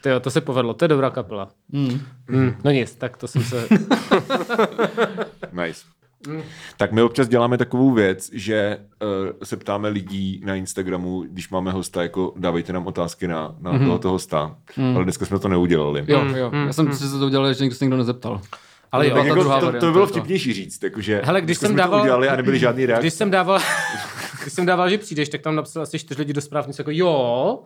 [SPEAKER 1] Ty jo, to se povedlo, to je dobrá
[SPEAKER 3] Hmm.
[SPEAKER 1] kapela. Mm. Mm, no nic, tak to jsem se...
[SPEAKER 2] Nice. Tak my občas děláme takovou věc, že uh, se ptáme lidí na Instagramu, když máme hosta, jako dávejte nám otázky na, na
[SPEAKER 1] Mhm.
[SPEAKER 2] mm-hmm. tohoto hosta. Mm. Ale dneska jsme to neudělali.
[SPEAKER 3] Jo, jo. Já jsem si to udělal, že někdo se někdo nezeptal.
[SPEAKER 1] Ale jo,
[SPEAKER 3] Tak
[SPEAKER 1] ta
[SPEAKER 2] Tak jako,
[SPEAKER 3] druhá
[SPEAKER 2] to, to
[SPEAKER 3] varianta,
[SPEAKER 2] bylo
[SPEAKER 3] to.
[SPEAKER 2] vtipnější říct, jakože
[SPEAKER 1] Hele, když
[SPEAKER 2] dneska
[SPEAKER 1] jsem
[SPEAKER 2] jsme to
[SPEAKER 1] dával-
[SPEAKER 2] udělali a nebyly žádný reakce.
[SPEAKER 1] Když jsem dával, když jsem dával, že přijdeš, tak tam napsal asi čtyři lidi do zpráv, něco jako jo,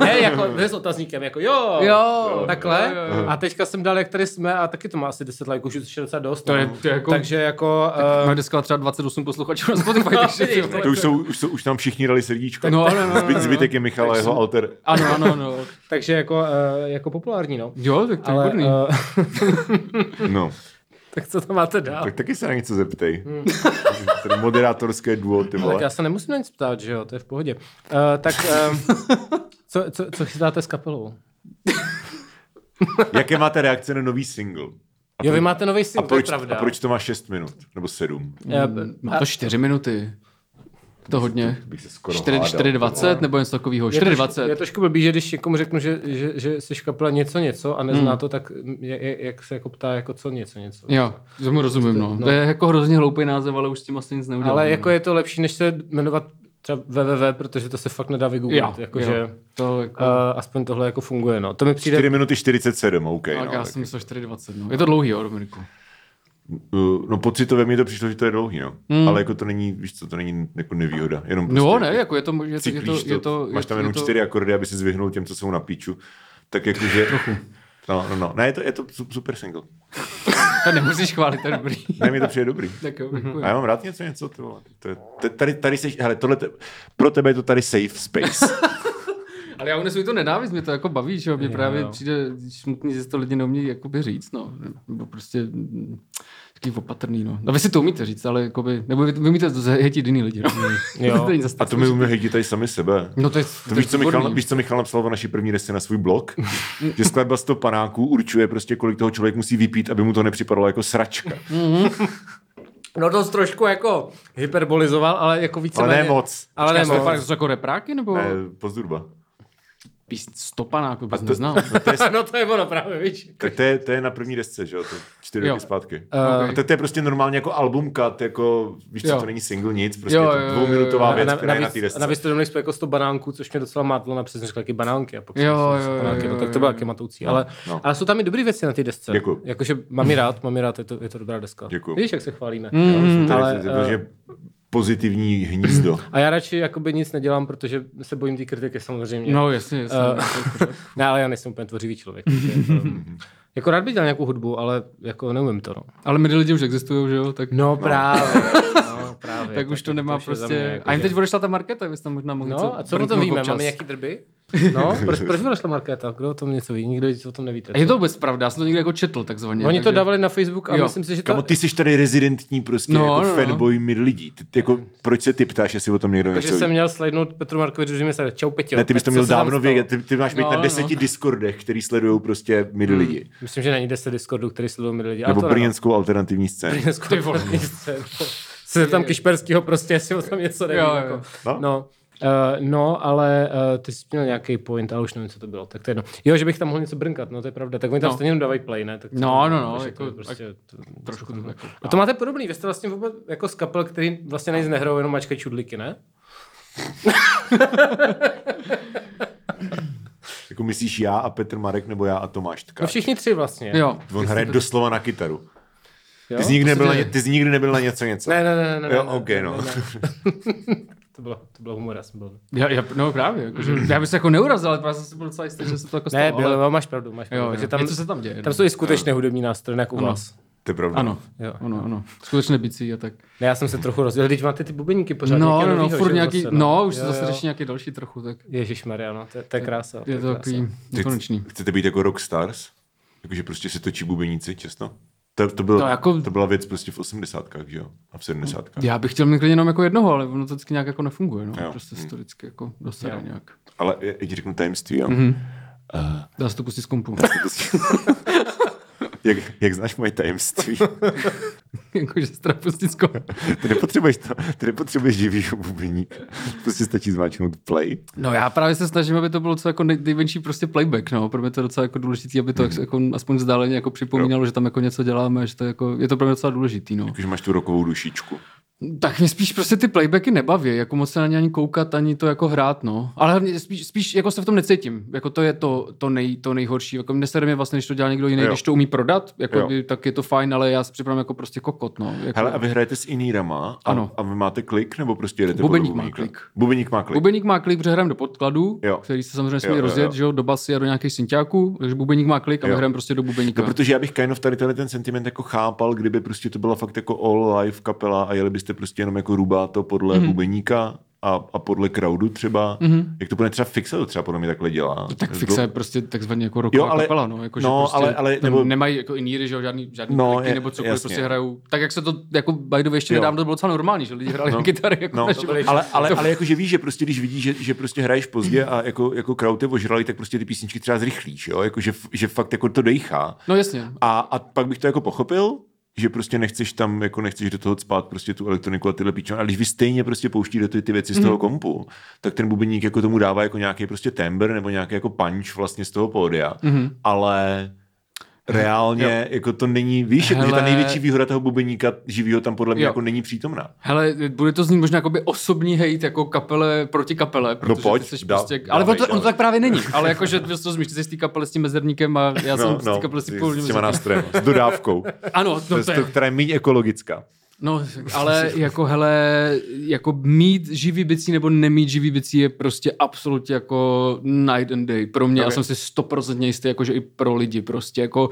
[SPEAKER 1] ne, jako ne s otazníkem, jako jo,
[SPEAKER 3] Jo.
[SPEAKER 1] takhle.
[SPEAKER 3] Jo, jo,
[SPEAKER 1] A teďka jsem dal, jak tady jsme, a taky to má asi 10 lajků, už je docela dost.
[SPEAKER 3] To je-
[SPEAKER 1] no.
[SPEAKER 3] to je jako-
[SPEAKER 1] Takže jako...
[SPEAKER 3] Má
[SPEAKER 1] ehm,
[SPEAKER 3] dneska třeba 28 posluchačů na Spotify, takže ty
[SPEAKER 1] vidíš,
[SPEAKER 3] vole.
[SPEAKER 2] To už, jsou, už, jsou, už tam všichni dali srdíčko.
[SPEAKER 3] No, no, no, no,
[SPEAKER 2] Zbyt,
[SPEAKER 3] no.
[SPEAKER 2] zbytek je Michal a jeho alter.
[SPEAKER 3] Ano, ano, no.
[SPEAKER 1] takže jako, eh, jako populární, no.
[SPEAKER 3] Jo, tak to je
[SPEAKER 1] Ale,
[SPEAKER 3] výborný.
[SPEAKER 1] eh,
[SPEAKER 2] No,
[SPEAKER 1] tak co tam máte dál?
[SPEAKER 2] tak taky se na něco zeptej. Tady moderátorské duo, ty
[SPEAKER 1] No, Tak já
[SPEAKER 2] vole.
[SPEAKER 1] se nemusím na nic ptát, že jo, to je v pohodě. Uh, tak uh, co, co, co chystáte s kapelou?
[SPEAKER 2] Jaké máte reakce na nový single?
[SPEAKER 1] Jo, vy máte nový
[SPEAKER 2] A
[SPEAKER 1] single, No,
[SPEAKER 2] proč,
[SPEAKER 1] to je
[SPEAKER 2] a
[SPEAKER 1] pravda.
[SPEAKER 2] proč to má 6 minut? Nebo 7?
[SPEAKER 1] Uh,
[SPEAKER 3] Mm, Má to 4 minuty. To hodně.
[SPEAKER 2] Bych se skoro
[SPEAKER 3] 4,
[SPEAKER 2] hádal.
[SPEAKER 3] 4,20 nebo něco takového.
[SPEAKER 1] je, trošku,
[SPEAKER 3] 4,20.
[SPEAKER 1] je trošku blbý, že když někomu řeknu, že, že, že jsi v kapele něco něco a nezná to, tak je, je, jak se jako ptá jako co něco něco.
[SPEAKER 3] Mm. Jo, tomu rozumím, no. To je jako hrozně hloupý název, ale už s tím asi nic neudělám. no.
[SPEAKER 1] Ale jako je to lepší, než se jmenovat třeba www, protože to se fakt nedá
[SPEAKER 3] jo,
[SPEAKER 1] vygooglit. Jako,
[SPEAKER 3] jo.
[SPEAKER 1] Že,
[SPEAKER 3] To jako...
[SPEAKER 1] uh, aspoň tohle jako funguje. No. To mi přijde
[SPEAKER 2] 4 minuty 47, OK.
[SPEAKER 3] tak
[SPEAKER 2] No,
[SPEAKER 3] já
[SPEAKER 2] tak.
[SPEAKER 3] jsem myslel 4,20, no. Je to dlouhý, jo, Dominiku.
[SPEAKER 2] Uh, no pocitově mi to přišlo, že to je dlouhý, no. Ale jako to není, víš co, to není jako nevýhoda. Jenom prostě
[SPEAKER 3] No, ne, jako je to, je to, je to,
[SPEAKER 2] cyklíš to,
[SPEAKER 3] je to
[SPEAKER 2] máš tam jenom
[SPEAKER 3] je to,
[SPEAKER 2] čtyři akordy, aby si zvyhnul těm, co jsou na píču. Tak jakože... Trochu. No, no, no. Ne, je to, je to su- super single.
[SPEAKER 3] To nemusíš chválit, to je dobrý.
[SPEAKER 2] Ne, mi to přijde dobrý.
[SPEAKER 3] tak jo, jako- děkuji.
[SPEAKER 2] A já mám rád něco, něco, ty vole. To, je- t- tady, tady seš, hele, tohle, te, pro tebe je to tady safe space.
[SPEAKER 3] Ale já unesu i to nenávist, mě to jako baví, že jo, mě právě
[SPEAKER 1] jo.
[SPEAKER 3] přijde smutný, že si to lidi neumějí jakoby říct, no. Nebo prostě mm, takový opatrný, no. No vy si to umíte říct, ale jakoby, nebo vy, vy umíte zhetit jiný lidi, no.
[SPEAKER 1] Jo.
[SPEAKER 3] To není zas
[SPEAKER 2] A
[SPEAKER 3] tak
[SPEAKER 2] to my
[SPEAKER 3] složitý.
[SPEAKER 2] umíme hejtit tady sami sebe.
[SPEAKER 3] No to je,
[SPEAKER 2] To víš, co Michal,
[SPEAKER 3] výborný.
[SPEAKER 2] víš, co Michal napsal v naší první desce na svůj blog? že skladba 100 panáků určuje prostě, kolik toho člověk musí vypít, aby mu to nepřipadalo jako sračka.
[SPEAKER 1] No to jsi trošku jako hyperbolizoval, ale jako více
[SPEAKER 2] Ale ne moc.
[SPEAKER 1] Ale ne
[SPEAKER 3] Já jsem
[SPEAKER 1] moc.
[SPEAKER 3] fakt, to jsou jako repráky, nebo
[SPEAKER 2] Ne, pozdurba.
[SPEAKER 3] písň stopaná, jako bys
[SPEAKER 2] to-
[SPEAKER 3] neznal.
[SPEAKER 1] No to je ono právě, víš.
[SPEAKER 2] Tak to je, to je na první desce, že jo? To je čtyři
[SPEAKER 3] Jo.
[SPEAKER 2] roky zpátky.
[SPEAKER 3] Ok.
[SPEAKER 2] A to, to je prostě normálně jako album cut, jako, víš co,
[SPEAKER 3] Jo.
[SPEAKER 2] to není single, nic, prostě
[SPEAKER 3] Jo,
[SPEAKER 2] je
[SPEAKER 3] jo, jo,
[SPEAKER 2] to dvouminutová
[SPEAKER 3] jo, jo.
[SPEAKER 2] věc,
[SPEAKER 1] na,
[SPEAKER 2] která je na té
[SPEAKER 1] navíc,
[SPEAKER 2] desce.
[SPEAKER 1] navíc to Dominik spojil jako s tou banánků, což mě docela mátlo, napřed jsem říkal, jaký banánky. A pak jsem
[SPEAKER 3] Jo,
[SPEAKER 1] si myslel,
[SPEAKER 3] jo,
[SPEAKER 1] banánky,
[SPEAKER 3] jo,
[SPEAKER 1] no, tak
[SPEAKER 3] jo,
[SPEAKER 1] to bylo
[SPEAKER 3] jo.
[SPEAKER 1] taky matoucí. ale,
[SPEAKER 2] no.
[SPEAKER 1] ale jsou tam i dobré věci na té desce.
[SPEAKER 2] Děkuju.
[SPEAKER 1] Jakože mám ji rád, mám ji rád, je to, je to dobrá deska.
[SPEAKER 2] Děkuju.
[SPEAKER 1] Víš, jak se chválíme.
[SPEAKER 2] Mm,
[SPEAKER 1] Hmm, ale, eh,
[SPEAKER 2] ale, to je protože pozitivní hnízdo.
[SPEAKER 1] A já radši jakoby nic nedělám, protože se bojím té kritiky samozřejmě.
[SPEAKER 3] No, jasně, jasně.
[SPEAKER 1] Eh, ne, ale já nejsem úplně tvořivý člověk. takže, ehm, jako rád bych dělal nějakou hudbu, ale jako neumím to. No,
[SPEAKER 3] Ale my lidi už existují, že jo, tak...
[SPEAKER 1] no právě. No, právě.
[SPEAKER 3] Tak už to nemá
[SPEAKER 1] už je za
[SPEAKER 3] prostě...
[SPEAKER 1] mě jako,
[SPEAKER 3] a jim
[SPEAKER 1] že-
[SPEAKER 3] teď odešla ta marketa, vy jste možná mohli
[SPEAKER 1] No, a co o tom
[SPEAKER 3] brnknout
[SPEAKER 1] víme?
[SPEAKER 3] občas.
[SPEAKER 1] Máme nějaký drby? No, proč, proč vyrostla Markéta? Kdo o tom něco ví? Nikdo nic o tom nevíte.
[SPEAKER 3] A je to vůbec pravda, já jsem to někde jako četl takzvaně.
[SPEAKER 1] Oni to
[SPEAKER 3] takže-
[SPEAKER 1] dávali na Facebook a
[SPEAKER 3] Jo.
[SPEAKER 1] myslím si, že
[SPEAKER 2] Kamo,
[SPEAKER 1] to...
[SPEAKER 2] ty jsi tady rezidentní prostě,
[SPEAKER 3] No,
[SPEAKER 2] no, jako
[SPEAKER 3] no, no.
[SPEAKER 2] no. fanboy mid lidí. Ty, ty, jako, proč se ty ptáš, jestli o tom někdo
[SPEAKER 1] Takže
[SPEAKER 2] něco
[SPEAKER 1] jsem
[SPEAKER 2] ví?
[SPEAKER 1] měl slidnout Petru Markovič, že mi se čau Petě.
[SPEAKER 2] Ne, ty bys to měl dávno vědět, ty, ty máš být
[SPEAKER 3] No,
[SPEAKER 2] no, na
[SPEAKER 3] no.
[SPEAKER 2] deseti discordech, který sledují prostě mid lidi.
[SPEAKER 1] Myslím, že není 10 Discordů, který sledují mi lidi. ale
[SPEAKER 2] Nebo
[SPEAKER 1] to ne,
[SPEAKER 2] brněnskou alternativní scénu.
[SPEAKER 1] no. Ty vole. Se tam Kišperskýho prostě, jestli o tom něco nevím.
[SPEAKER 3] Jo, jo.
[SPEAKER 1] Jako.
[SPEAKER 2] No.
[SPEAKER 1] No. Uh, no, ale uh, ty jsi měl nějaký point, ale už nevím, co to bylo. Tak to je jedno. Jo, že bych tam mohl něco brnkat, no to je pravda. Tak oni tam
[SPEAKER 3] No.
[SPEAKER 1] stejně jenom dávají play, ne? Tak to-
[SPEAKER 3] No, no, no,
[SPEAKER 1] takže
[SPEAKER 3] jako-
[SPEAKER 1] to je prostě, to,
[SPEAKER 3] Trošku to jako...
[SPEAKER 1] A No to máte podobný, vy jste vlastně vůbec jako z kapel, který vlastně na nic nehrajou, jenom mačkají čudliky, ne? No
[SPEAKER 2] Jako myslíš já a Petr Marek, nebo já a Tomáš
[SPEAKER 1] No
[SPEAKER 2] Tkáč?
[SPEAKER 1] všichni tři vlastně.
[SPEAKER 3] Jo.
[SPEAKER 2] On hraje doslova na kytaru.
[SPEAKER 1] jo?
[SPEAKER 2] Ty jsi, nikdy
[SPEAKER 3] To se
[SPEAKER 2] nebyl na,
[SPEAKER 3] děje.
[SPEAKER 2] ně- ty jsi nikdy nebyl na něco něco.
[SPEAKER 1] Ne, ne, ne, ne. ne
[SPEAKER 2] Jo,
[SPEAKER 1] ne,
[SPEAKER 2] OK,
[SPEAKER 1] ne,
[SPEAKER 2] no.
[SPEAKER 1] ne, ne. to, bylo, to bylo humor, já jsem byl.
[SPEAKER 3] Já, já, no právě, jakože, já bych se jako neurazil, ale já jsem si byl docela jistý, že se to jako stalo.
[SPEAKER 1] Ne, bylo,
[SPEAKER 3] ale,
[SPEAKER 1] No, ale... máš pravdu, máš pravdu.
[SPEAKER 3] jo, jo.
[SPEAKER 1] Takže tam,
[SPEAKER 3] něco se tam děje.
[SPEAKER 1] tam
[SPEAKER 3] no.
[SPEAKER 1] jsou i skutečné hudební nástroje, jako u
[SPEAKER 3] Ano.
[SPEAKER 1] vás.
[SPEAKER 2] To je pravda.
[SPEAKER 3] Ano,
[SPEAKER 1] Jo.
[SPEAKER 3] ano, ano. Skutečné bicí a tak.
[SPEAKER 1] Ne, já jsem se trochu rozdělil, teď máte ty bubeníky pořád.
[SPEAKER 3] No,
[SPEAKER 1] nějakého
[SPEAKER 3] no, no,
[SPEAKER 1] novýho,
[SPEAKER 3] furt
[SPEAKER 1] že jo,
[SPEAKER 3] nějaký,
[SPEAKER 1] zase,
[SPEAKER 3] no, už se
[SPEAKER 1] Jo,
[SPEAKER 3] zase
[SPEAKER 1] jo.
[SPEAKER 3] řeší nějaký další trochu, tak
[SPEAKER 1] Ježišmarja, no, to, je- to je krása.
[SPEAKER 3] je to
[SPEAKER 1] krása.
[SPEAKER 3] takový
[SPEAKER 2] Ty
[SPEAKER 3] nekonečný.
[SPEAKER 2] chc- Chcete být jako rockstars? Jakože prostě se točí bubeníci často? To, to, bylo,
[SPEAKER 3] To
[SPEAKER 2] to,
[SPEAKER 3] jako-
[SPEAKER 2] jako... to byla věc prostě v osmdesátkách, že jo? A v sedmdesátkách.
[SPEAKER 3] Já bych chtěl mít klidně jenom jako jednoho, ale ono to vždycky nějak jako nefunguje, no.
[SPEAKER 2] Jo.
[SPEAKER 3] Prostě se to vždycky jako dosere nějak.
[SPEAKER 2] Ale
[SPEAKER 3] Mhm.
[SPEAKER 2] já ti řeknu tajemství, jo? Mm-hmm.
[SPEAKER 3] Dá se to pustit z kompu.
[SPEAKER 2] Prostě- Jak, jak znáš moje tajemství?
[SPEAKER 3] Jakože strapusticko.
[SPEAKER 2] Ty nepotřebuješ, to, ty nepotřebuješ živý bubeník. Prostě stačí zmáčknout play.
[SPEAKER 3] No já právě se snažím, aby to bylo co jako nej- nejmenší prostě playback, no. Pro mě to je docela jako důležitý, aby to
[SPEAKER 2] Hmm.
[SPEAKER 3] jako, jako aspoň vzdáleně jako připomínalo, že tam jako něco děláme, že to je jako, je to pro mě docela důležitý, no.
[SPEAKER 2] Když máš tu rokovou dušičku.
[SPEAKER 3] Tak mě spíš prostě ty playbacky nebaví, jako moc se na ně ani koukat, ani to jako hrát, no. Ale hlavně spíš, spíš jako se v tom necítím, jako to je to, to, nej, to nejhorší, jako nesere mě vlastně, když to dělá někdo jiný,
[SPEAKER 2] Jo.
[SPEAKER 3] když to umí prodat, jako
[SPEAKER 2] Jo.
[SPEAKER 3] by, tak je to fajn, ale já si připravím jako prostě kokot, no. Jako,
[SPEAKER 2] Hele, a vy hrajete s inýrama a,
[SPEAKER 3] Ano.
[SPEAKER 2] a vy máte klik, nebo prostě jedete
[SPEAKER 3] Bubeník
[SPEAKER 2] podle
[SPEAKER 3] má
[SPEAKER 2] bubeníka?
[SPEAKER 3] klik.
[SPEAKER 2] Bubeník má klik.
[SPEAKER 3] Bubeník má klik, protože hrajeme do podkladu,
[SPEAKER 2] Jo.
[SPEAKER 3] který se samozřejmě smí
[SPEAKER 2] jo,
[SPEAKER 3] rozjet,
[SPEAKER 2] jo.
[SPEAKER 3] že jo, do basy a do nějakých synťáků, takže Bubeník má klik a my
[SPEAKER 2] Jo.
[SPEAKER 3] hrajeme prostě do Bubeníka.
[SPEAKER 2] No, protože já bych kind of tady tenhle ten sentiment jako chápal, kdyby prostě to byla fakt jako all live kapela a jeli byste prostě jenom jako rubá to podle
[SPEAKER 3] Mhm.
[SPEAKER 2] mm-hmm. bubeníka a, a podle crowdu třeba. Mm-hmm. Jak to bude třeba fixa, to třeba podle mě takhle dělá.
[SPEAKER 3] Tak fixa je prostě takzvaně jako rocková
[SPEAKER 2] Jako- Jo, ale-
[SPEAKER 3] kapela, no, jako, že
[SPEAKER 2] no,
[SPEAKER 3] prostě
[SPEAKER 2] ale- ale-
[SPEAKER 3] tam
[SPEAKER 2] nebo-
[SPEAKER 3] nemají jako iníry, že jo, žádný, žádný
[SPEAKER 2] No,
[SPEAKER 3] no, kliky,
[SPEAKER 2] je-
[SPEAKER 3] nebo cokoliv,
[SPEAKER 2] jasně.
[SPEAKER 3] prostě hrajou. Tak jak se to, jako by the way, ještě
[SPEAKER 2] Jo.
[SPEAKER 3] nedávno to bylo docela normální, že lidi hráli no, kytary, jako
[SPEAKER 2] No,
[SPEAKER 3] na živo.
[SPEAKER 2] ale, ale, ale jakože víš, že prostě když vidíš, že, že prostě hraješ pozdě a jako, jako crowd je ožralý, tak prostě ty písničky třeba zrychlíš, jo? Jako, že, f- že fakt jako to dejchá.
[SPEAKER 3] No jasně.
[SPEAKER 2] A, a pak bych to jako pochopil, že prostě nechceš tam, jako nechceš do toho spát prostě tu elektroniku a tyhle píčoviny, ale když vy stejně prostě pouštíte ty, ty věci z toho
[SPEAKER 3] Mhm.
[SPEAKER 2] mm. kompu, tak ten bubeník jako tomu dává jako nějaký prostě timbre nebo nějaký jako punch vlastně z toho pódia, mm.
[SPEAKER 3] Mhm.
[SPEAKER 2] ale reálně jo. jako to není, víš, Hele... že ta
[SPEAKER 3] Hele.
[SPEAKER 2] největší výhoda toho bubeníka živýho tam podle mě
[SPEAKER 3] Jo.
[SPEAKER 2] jako není přítomná.
[SPEAKER 3] Hele, bude to znít možná jakoby osobní hejt jako kapele proti kapele, protože
[SPEAKER 2] No pojď,
[SPEAKER 3] ty jsi
[SPEAKER 2] dá-
[SPEAKER 3] prostě,
[SPEAKER 2] dávej,
[SPEAKER 3] ale on to, on
[SPEAKER 2] dávej.
[SPEAKER 3] to tak právě není, ale jakože ty to zmíš, ty jsi z té kapely s tím mezerníkem a já jsem prostě z té kapely s tím
[SPEAKER 2] No, s
[SPEAKER 3] původním
[SPEAKER 2] těma
[SPEAKER 3] mezerníkem.
[SPEAKER 2] nástrojem, s dodávkou.
[SPEAKER 3] Ano,
[SPEAKER 2] To
[SPEAKER 3] no
[SPEAKER 2] je
[SPEAKER 3] to
[SPEAKER 2] to,
[SPEAKER 3] je,
[SPEAKER 2] která je méně ekologická.
[SPEAKER 3] No, ale jako hele, jako mít živý bicí nebo nemít živý bicí je prostě absolutně jako night and day. Pro mě, okay. já
[SPEAKER 2] Okay.
[SPEAKER 3] jsem si stoprocentně jistý, jakože i pro lidi prostě jako